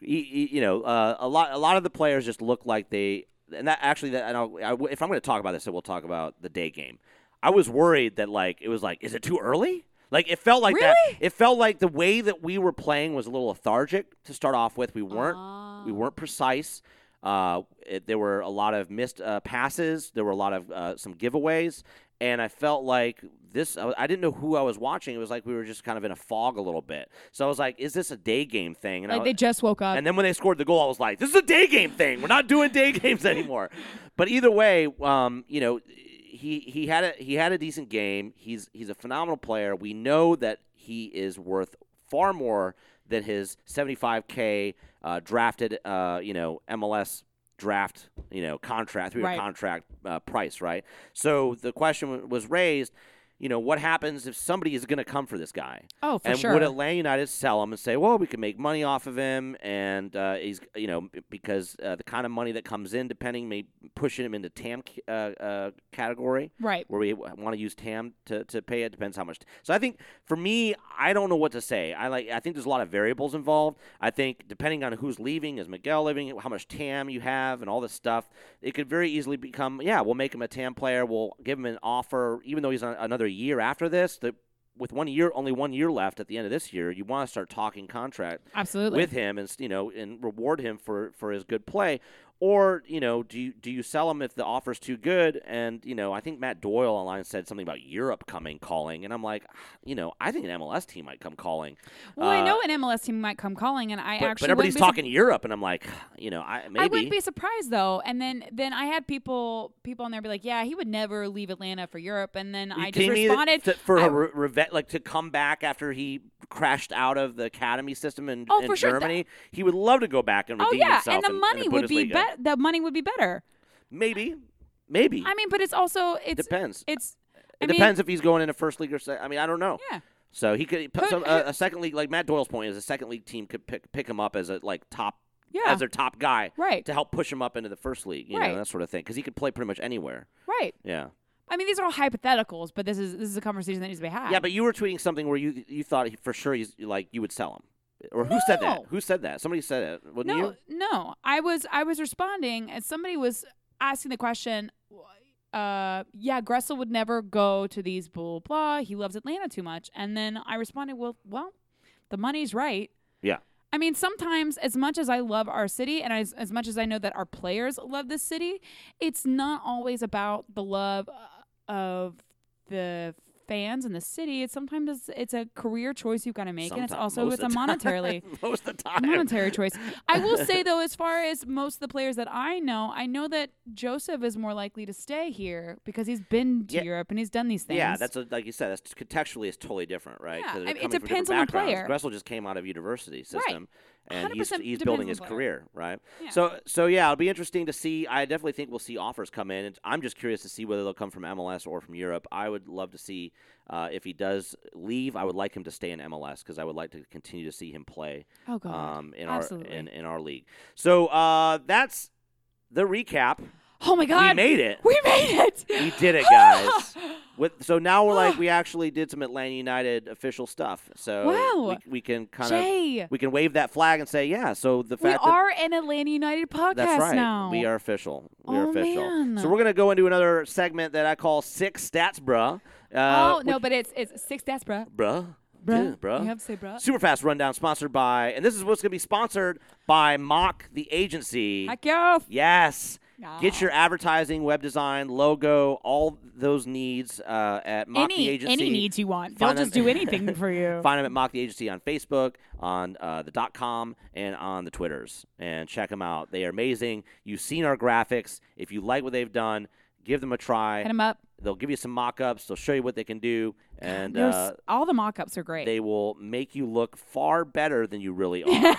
He- he- you know, uh, a lot a lot of the players just look like they. And that actually, that and I'll, I w- if I'm going to talk about this, then we'll talk about the day game. I was worried that like it was like, is it too early? Like it felt like that. Really? It felt like the Ah. way that we were playing was a little lethargic to start off with. We weren't we weren't precise. Uh, it, there were a lot of missed uh, passes. There were a lot of uh, some giveaways, and I felt like this. I, I didn't know who I was watching. It was like we were just kind of in a fog a little bit. So I was like, "Is this a day game thing?" And I, Like they just woke up. and then when they scored the goal, I was like, "This is a day game thing. We're not doing day games anymore." But either way, um, you know, he he had a he had a decent game. He's he's a phenomenal player. We know that he is worth far more than his 75k uh, drafted, uh, you know, MLS draft, you know, contract three-year Right. contract uh, price, right? So the question w- was raised. You know what happens if somebody is going to come for this guy? oh, for and sure. would Atlanta United sell him and say, "Well, we can make money off of him," and uh, he's you know b- because uh, the kind of money that comes in, depending, may push him into TAM c- uh, uh, category right. where we want to use TAM to, to pay it depends how much. So I think for me, I don't know what to say. I like I think there's a lot of variables involved. I think depending on who's leaving, is Miguel leaving, how much TAM you have, and all this stuff, it could very easily become yeah, we'll make him a TAM player, we'll give him an offer, even though he's on another year after this. The, with one year, only one year left at the end of this year, you want to start talking contract Absolutely. with him and s- you know and reward him for for his good play or you know do you do you sell him if the offer's too good and you know i think matt doyle online said something about europe coming calling and i'm like "Ah, you know i think an mls team might come calling well, I Uh, know an MLS team might come calling, and I but, actually but everybody's wouldn't be talking europe and i'm like "Ah, you know i maybe I wouldn't be surprised though. And then then I had people people on there be like, "Yeah, he would never leave Atlanta for Europe." And then You I just kidding me? Th- responded, to- for I- a re- reve- like to come back after he crashed out of the academy system in, Oh, in for sure. Th- Germany. he would love to go back and "Oh redeem yeah, himself. and the in- in money would be Bundesliga. better. The money would be better." Maybe, maybe I mean, but it's also it's depends. it's I It mean, depends if he's going in a first league or second. I mean, I don't know. Yeah. So he could Who- some, who- a, a second league like Matt Doyle's point is a second league team could pick pick him up as a like top Yeah, as their top guy right, to help push him up into the first league, you Right. know that sort of thing because he could play pretty much anywhere. right. Yeah. I mean, these are all hypotheticals, but this is this is a conversation that needs to be had. Yeah, but you were tweeting something where you you thought he, for sure he's like you would sell him. Or who said that? No. Who said that? Somebody said it. Wouldn't no, you? no. I was I was responding, and somebody was asking the question. Uh, yeah, Gressel would never go to these blah blah. He loves Atlanta too much. And then I responded, well, well, the money's right. Yeah. I mean, sometimes as much as I love our city, and as as much as I know that our players love this city, it's not always about the love uh, of the fans and the city. It's sometimes it's, it's a career choice you've got to make, and it's Sometime- also most it's a of the time. monetarily Most of the time. monetary choice. I will say though, as far as most of the players that I know, I know that Joseph is more likely to stay here because he's been to Yeah. Europe and he's done these things. Yeah, that's a, like you said. That's contextually, it's totally different, right? Yeah, 'Cause they're I mean, it coming from depends different on the backgrounds. Gressel just came out of university system, and he's 100% he's depends on building the his player. career, right? Yeah. So so yeah, it'll be interesting to see. I definitely think we'll see offers come in. And I'm just curious to see whether they'll come from MLS or from Europe. I would love to see uh, if he does leave. I would like him to stay in MLS because I would like to continue to see him play oh god. um, in Absolutely. our in, in our league. So uh, that's the recap. oh my god. we made it. We made it. We did it, guys. With, so now we're like we actually did some Atlanta United official stuff. So Wow. we, we can kind of Jay, we can wave that flag and say yeah. So the we fact that are an Atlanta United podcast that's right, now. we are official. We are Oh, official. man. So we're gonna go into another segment that I call six stats, bruh. Uh, Oh no, but it's it's six stats, bruh. which- bruh, Bruh. Yeah, bruh. You have to say bruh. Super fast rundown sponsored by, and this is what's gonna be sponsored by Mock the agency. Heck yeah. Yes. Yeah. Get your advertising, web design, logo, all those needs uh, at Mock the Any Agency. any needs you want. They'll Find just them- do anything for you. Find them at Mock the Agency on Facebook, on uh, the dot com, and on the Twitters. And check them out. They are amazing. You've seen our graphics. If you like what they've done, give them a try. Hit them up. They'll give you some mock ups. They'll show you what they can do. And There's- uh, all the mock-ups are great. they will make you look far better than you really are.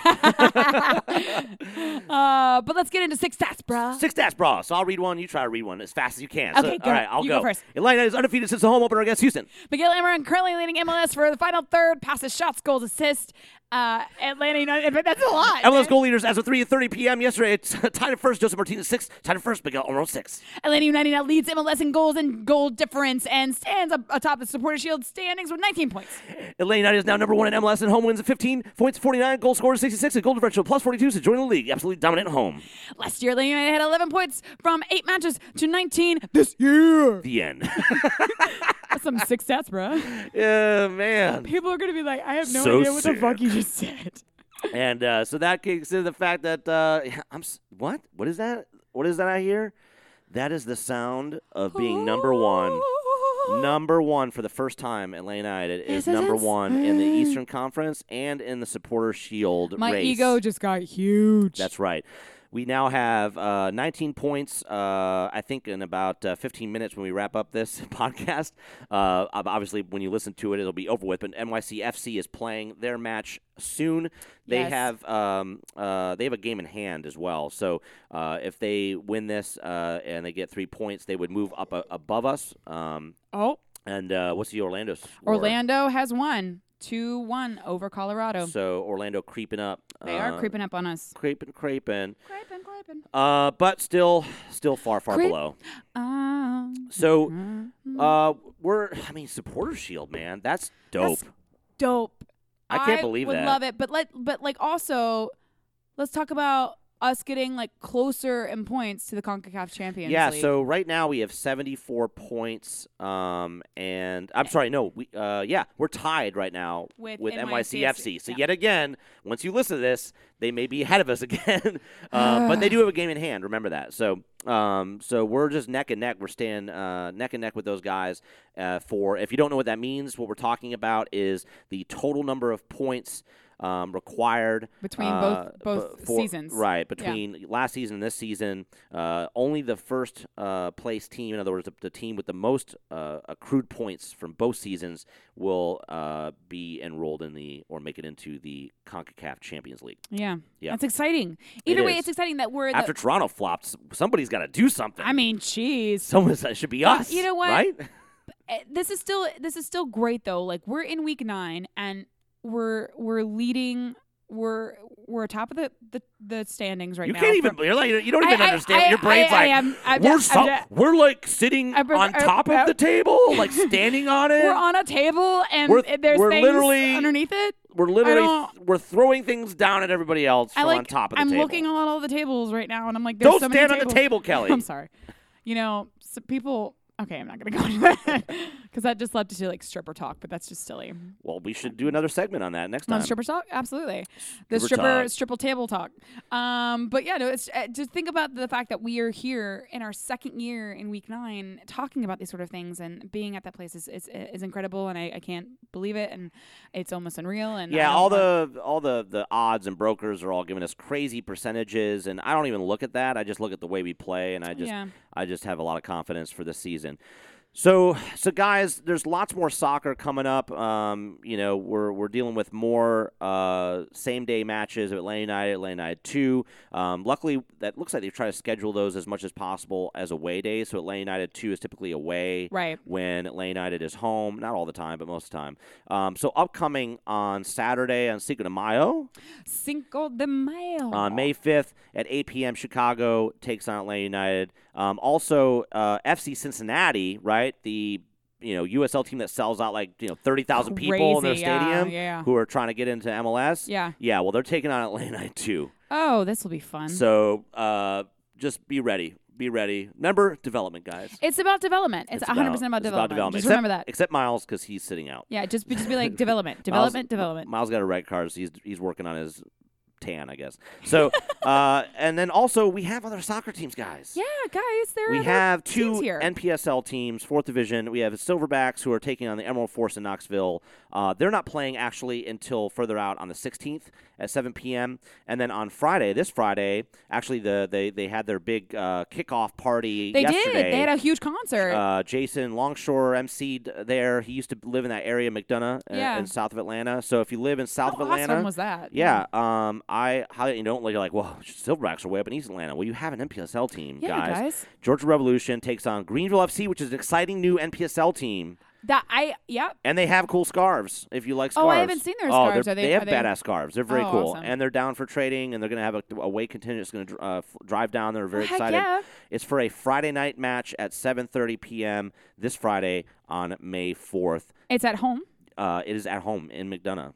uh, but let's get into six stats, bruh. Six stats, bra. So I'll read one. You try to read one as fast as you can. Okay, so, go. All right, I'll You go. go first. Atlanta is undefeated since the home opener against Houston. Miguel Amarin currently leading MLS for the final third, passes, shots, goals, assists. Uh, Atlanta United, but that's a lot. MLS goal leaders as of 3:30 p.m. yesterday. It's tied at first. Joseph Martinez six. Tied at first. Miguel Almiron six. Atlanta United now leads MLS in goals and goal difference and stands up atop the supporter shield standings with 19 points. Atlanta United is now number one in MLS and home wins at 15 points, 49 goal scored 66, a goal differential plus 42 to join the league. Absolutely dominant at home. Last year, Atlanta United had 11 points from eight matches to 19 this year. The end. That's some six stats, bruh. yeah, man. People are going to be like, I have no So idea what the fuck sick. you just said. and uh, so that kicks into the fact that uh, I'm s- what? What is that? What is that I hear? That is the sound of being number one. Number one for the first time, Atlanta United is This is number one in the insane. Eastern Conference and in the Supporter Shield My race. ego just got huge. That's right. We now have uh, 19 points. Uh, I think in about uh, 15 minutes when we wrap up this podcast. Uh, ob- obviously, when you listen to it, it'll be over with. But NYCFC is playing their match soon. They Yes. have um, uh, they have a game in hand as well. So uh, if they win this uh, and they get three points, they would move up a- above us. Um, oh, and uh, what's the Orlando? Score? Orlando has won 2 1 over Colorado. So Orlando creeping up. They are uh, creeping up on us. Creeping, creeping. Creeping, creeping. Uh, but still, still far, far Creep- below. Um, So mm, uh, we're, I mean, supporter shield, man. That's dope. That's- dope. I can't believe would that. love it, but let but like also, let's talk about us getting like closer in points to the Concacaf Champions yeah. League. So right now we have 74 points. Um, and I'm sorry, no, we, uh, yeah, we're tied right now With NYCFC. So yeah. yet again, once you listen to this, they may be ahead of us again. uh, but they do have a game in hand. Remember that. So. Um, so we're just neck and neck. We're staying uh, neck and neck with those guys. Uh, for if you don't know what that means, what we're talking about is the total number of points um, required Between uh, both- both bu- for- seasons. Right, between last season and this season, uh, only the first uh, place team, in other words, the, the team with the most uh, accrued points from both seasons, will uh, be enrolled in the or make it into the Concacaf Champions League. yeah, Yeah. that's exciting. Either way, is. it's exciting that we're. After The, Toronto flops, somebody's got to do something. I mean, cheese. someone that should be Uh, us. you know what? Right? eh, this is still this is still great though. Like we're in week nine and we're we're leading. We're we're top of the the, the standings right you now. can't even. from- You're like, you don't I- even I- understand. I- Your brain's I- I like, am- I'm we're, just- so, I'm just- we're like sitting I'm- on I'm- top of I'm- the table, like standing on it. We're on a table and We're- eh, there's we're things literally- underneath it. We're literally don't- we're throwing things down at everybody else I from like. on top of the I'm table. looking on all the tables right now, and I'm like, there's Don't so stand on many the table, tables. Kelly. I'm sorry. You know, so people. Okay, I'm not gonna go into that because that just led to like stripper talk, but that's just silly. Well, we should do another segment on that next time. On stripper talk, absolutely. The Stripper stripper talk. stripper table talk. Um, but yeah, no, it's uh, just think about the fact that we are here in our second year in week nine, talking about these sort of things and being at that place is is, is incredible, and I, I can't believe it, and it's almost unreal. And I yeah, don't all want- the all the the odds and brokers are all giving us crazy percentages, and I don't even look at that. I just look at the way we play, and I just Yeah. I just have a lot of confidence for this season. So, so guys, there's lots more soccer coming up. Um, you know, we're, we're dealing with more uh, same day matches of Atlanta United, Atlanta United two. Um, luckily, that looks like they try to schedule those as much as possible as away days. So Atlanta United two is typically away Right. when Atlanta United is home. Not all the time, but most of the time. Um, so upcoming on Saturday on Cinco de Mayo, Cinco de Mayo on Uh, May 5th at 8 p.m., Chicago takes on Atlanta United. Um, also, uh, FC Cincinnati, right? The you know USL team that sells out like you know 30,000 people in their Crazy, yeah, stadium yeah. who are trying to get into MLS. Yeah. yeah. Well, they're taking on Atlanta United too. Oh, this will be fun. So uh, just be ready. Be ready. Remember development, guys. It's about development. It's, 100% about, it's development. Just except, remember that. Except Miles, because he's sitting out. Yeah, just be, just be like development, Miles- development, development. Miles got a red card, so he's he's working on his tan, I guess. So, uh, and then also we have other soccer teams, guys. yeah, guys, there We are have teams two here. NPSL teams, fourth division. We have Silverbacks who are taking on the Emerald Force in Knoxville. Uh, they're not playing actually until further out on the 16th at 7 p.m. And then on Friday, this Friday, actually the they, they had their big uh, kickoff party they yesterday. did. They had a huge concert. Uh, Jason Longshore emceed there. He used to live in that area, McDonough, uh, Yeah. in south of Atlanta. So if you live in How south of Atlanta, awesome was that? yeah, um, I how you don't like you're like, well, Silverbacks are way up in East Atlanta. Well, you have an NPSL team, Yeah, guys. guys. Georgia Revolution takes on Greenville FC, which is an exciting new NPSL team, That I yeah. and they have cool scarves. If you like Oh, scarves, I haven't seen their Oh, scarves. they're- Are they- have are they- badass scarves. They're very Oh, cool, awesome. and they're down for trading, and they're gonna have a, a away contingent that's gonna dr- uh, f- drive down. They're very Well, heck excited. yeah. It's for a Friday night match at 7:30 p.m. this Friday on May 4th. It's at home. Oh, Uh, it is at home in McDonough.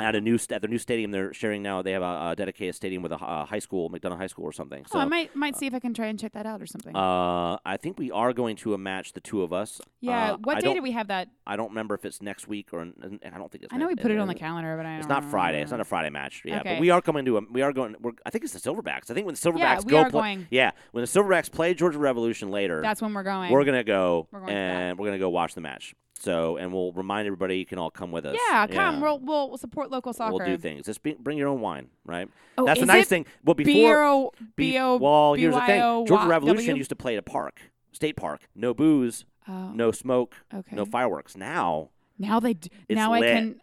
at a new st- at their new stadium they're sharing now. They have a, a dedicated stadium with a hi- uh, high school, McDonough High School or something. So oh, I might might see if I can try and check that out or something. uh, I think we are going to a match, the two of us. yeah. Uh, what I day don't- do we have that? I don't remember if it's next week or and I don't think it's. I know we next- put it on the calendar, but I It's don't not Friday. It's not remember. a Friday match. Yeah, Okay. but we are coming to a. We are going. We're, I think it's the Silverbacks. I think when the Silverbacks Yeah, we go are play. going. Yeah, when the Silverbacks play Georgia Revolution later, That's when we're going. we're gonna go We're going to that. and we're gonna go watch the match. So and we'll remind everybody you can all come with us. yeah, come. We'll, we'll we'll support local soccer. We'll do things. Just be, bring your own wine, right? Oh, That's the is nice it thing. Well, before B-O- be- B-O- well, here's the B-Y-O-Y- thing. Georgia Revolution W? used to play at a park, state park. No booze, Oh, no smoke, okay. no fireworks. Now Now they d- It's now I lit. can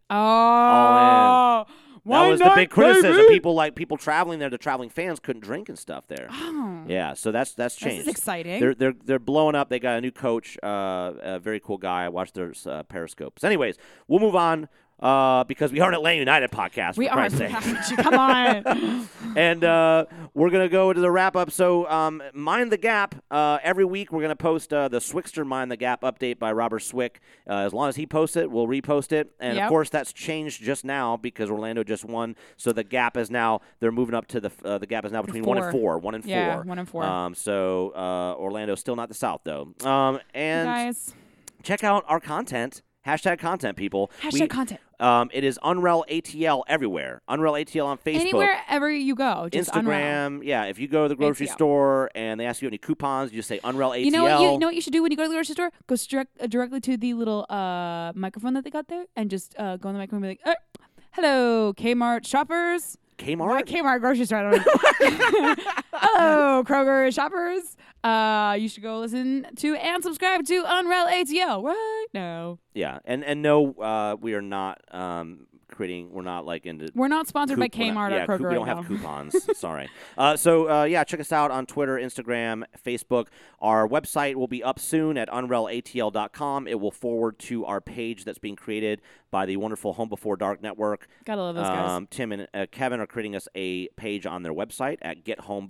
oh that one was the night, big criticism. baby! People like people traveling there, the traveling fans couldn't drink and stuff there. Oh, Yeah, so that's that's this changed. is exciting. They're they're they're blowing up. They got a new coach, uh, a very cool guy. I watched their uh, Periscopes. Anyways, we'll move on uh, because we are an Atlanta United podcast. we for are. Christ's sake. Come on. and uh, we're gonna go to the wrap up. So, um, mind the gap. Uh, every week we're gonna post uh, the Swickster Mind the Gap update by Robert Swick. Uh, as long as he posts it, we'll repost it. And Yep. of course, that's changed just now because Orlando just won. So the gap is now they're moving up to the uh, the gap is now between one and Four. four, one and Yeah, four, one and four. Um, so uh, Orlando's still not the South though. Um, and Guys, check out our content. Hashtag content, people. hashtag We- content. Um, it is Unreal ATL everywhere. Unreal ATL on Facebook. Anywhere ever you go, just Unreal. Instagram. Yeah, if you go to the grocery ATL. store and they ask you any coupons, you just say Unreal ATL. You know what you, know what you should do when you go to the grocery store? Go direct, uh, directly to the little uh, microphone that they got there, and just uh, go on the microphone and be like, "Uh, "Hello, Kmart shoppers." Kmart. Why Kmart grocery store. I don't know. Hello, Kroger shoppers. Uh, you should go listen to and subscribe to Unreal ATL right now. yeah, and and no, uh, we are not um, creating. We're not like into. We're not sponsored by we're not- Kmart yeah, or Kroger. coup- we don't right have now. coupons. Sorry. Uh, so uh, yeah, check us out on Twitter, Instagram, Facebook. Our website will be up soon at unrelatl.com. It will forward to our page that's being created by the wonderful Home Before Dark Network. Gotta love those guys. Um, Tim and uh, Kevin are creating us a page on their website at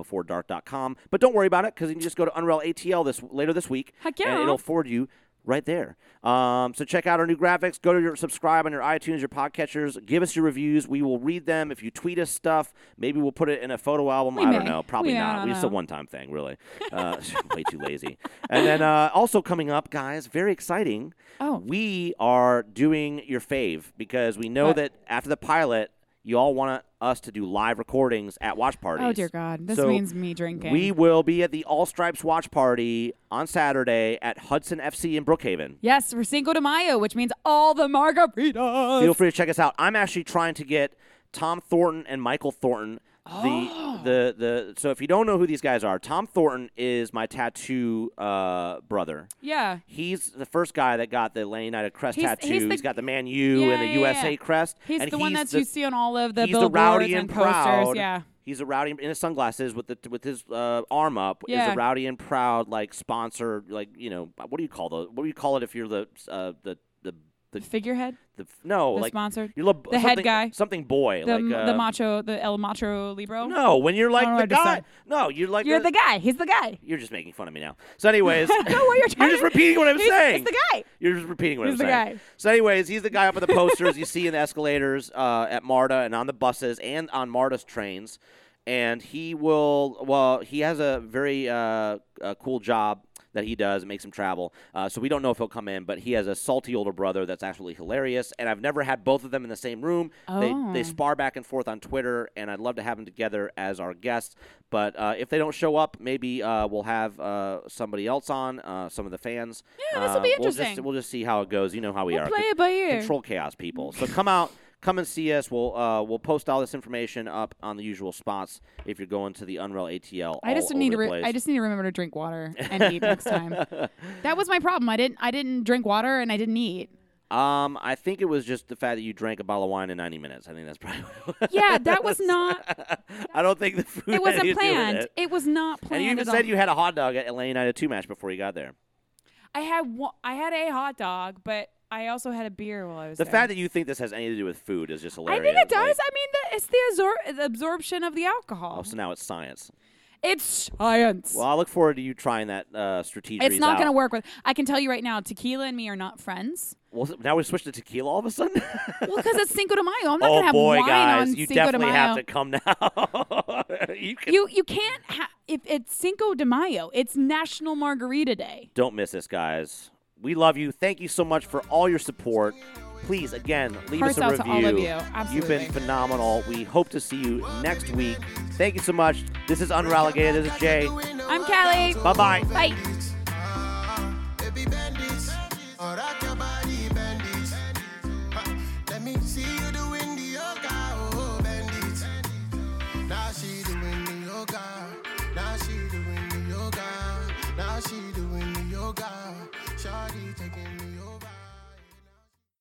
gethomebeforedark.com. But don't worry about it because you can just go to Unreal ATL this later this week. Heck And yeah. it'll forward you right there. Um, so check out our new graphics. Go to your subscribe on your iTunes, your podcatchers. Give us your reviews. We will read them. If you tweet us stuff, maybe we'll put it in a photo album. I don't may. know. Probably We- I not. don't We just a know. one time thing, really. Uh, way too lazy. And then uh, also coming up, guys, very exciting. Oh. We are doing your fave because we know What? that after the pilot, you all want us to do live recordings at watch parties. Oh dear God, this So means me drinking. We will be at the All Stripes watch party on Saturday at Hudson FC in Brookhaven. yes, for Cinco de Mayo, which means all the margaritas. Feel free to check us out. I'm actually trying to get Tom Thornton and Michael Thornton. The Oh. the the so if you don't know who these guys are, Tom Thornton is my tattoo uh, brother. yeah. He's the first guy that got the Atlanta United crest He's- tattoo. he's the- he's got the Man U Yeah, and the yeah, USA yeah. crest. He's and the one that the, you see on all of the he's the billboards rowdy and, posters. proud. Yeah. He's a rowdy in his sunglasses with the with his uh, arm up. Is Yeah. a rowdy and proud like sponsor like you know what do you call the what do you call it if you're the uh, the the the, Figurehead, the no the like sponsored, you're lib- the head something- guy. something boy the, like uh, the macho, the El Macho Libro. no when you're like uh, don't know the what to guy say. no you're like You're the guy. He's the guy. you're just making fun of me now. So, anyways, I don't know what you're trying just to- repeating what I'm He's- saying. He's the guy. You're just repeating what He's I'm the saying. guy. So, anyways, he's the guy up at the posters you see in the escalators uh, at MARTA and on the buses and on MARTA's trains. And he will, well, he has a very uh, uh, cool job that he does. It makes him travel. Uh, so we don't know if he'll come in, but he has a salty older brother that's absolutely hilarious. And I've never had both of them in the same room. Oh. They, they spar back and forth on Twitter, and I'd love to have them together as our guests. But uh, if they don't show up, maybe uh, we'll have uh, somebody else on, uh, some of the fans. Yeah, this'll be Uh, we'll just- interesting. We'll just, see how it goes. You know how we We'll are. play Con- it by ear. Control chaos, people. So come out, come and see us. We'll uh, we'll post all this information up on the usual spots if you're going to the Unreal ATL. I just all need over to. the Re- I place. just need to remember to drink water and eat next time. That was my problem. I didn't. I didn't drink water and I didn't eat. Um, I think it was just the fact that you drank a bottle of wine in 90 minutes. I think that's probably. What it was. Yeah, that was not. I don't think the food. had anything It to do wasn't with planned. it. It. was not And planned. you even at said all. you had a hot dog at Atlanta United 2 match before you got there. I had. One, I had a hot dog, but I also had a beer while I was The there. fact that you think this has anything to do with food is just hilarious. I think it does. Like, I mean, the, it's the, absor- the absorption of the alcohol. oh, so now it's science. It's science. Well, I look forward to you trying that uh, strategy. it's not out. going to work with. I can tell you right now, tequila and me are not friends. Well, s- now we switched to tequila all of a sudden. Well, because it's Cinco de Mayo. I'm not going to oh have boy, wine guys, on you Cinco de definitely Mayo. have to come now. you can, you you can't ha- if it's Cinco de Mayo. It's National Margarita Day. don't miss this, guys. We love you. Thank you so much for all your support. Please, again, leave us Hearts a out review. to all of you. You've Absolutely. been phenomenal. We hope to see you next week. Thank you so much. This is Unrelegated. This is Jay. I'm Callie. Bye bye. Bye. Baby, bend this. Or rock your body, bend it. Uh, Let me see you doing the yoga, oh, bend it. Now she doing the yoga. Now she doing the yoga. Now she doing the yoga. Shawty taking the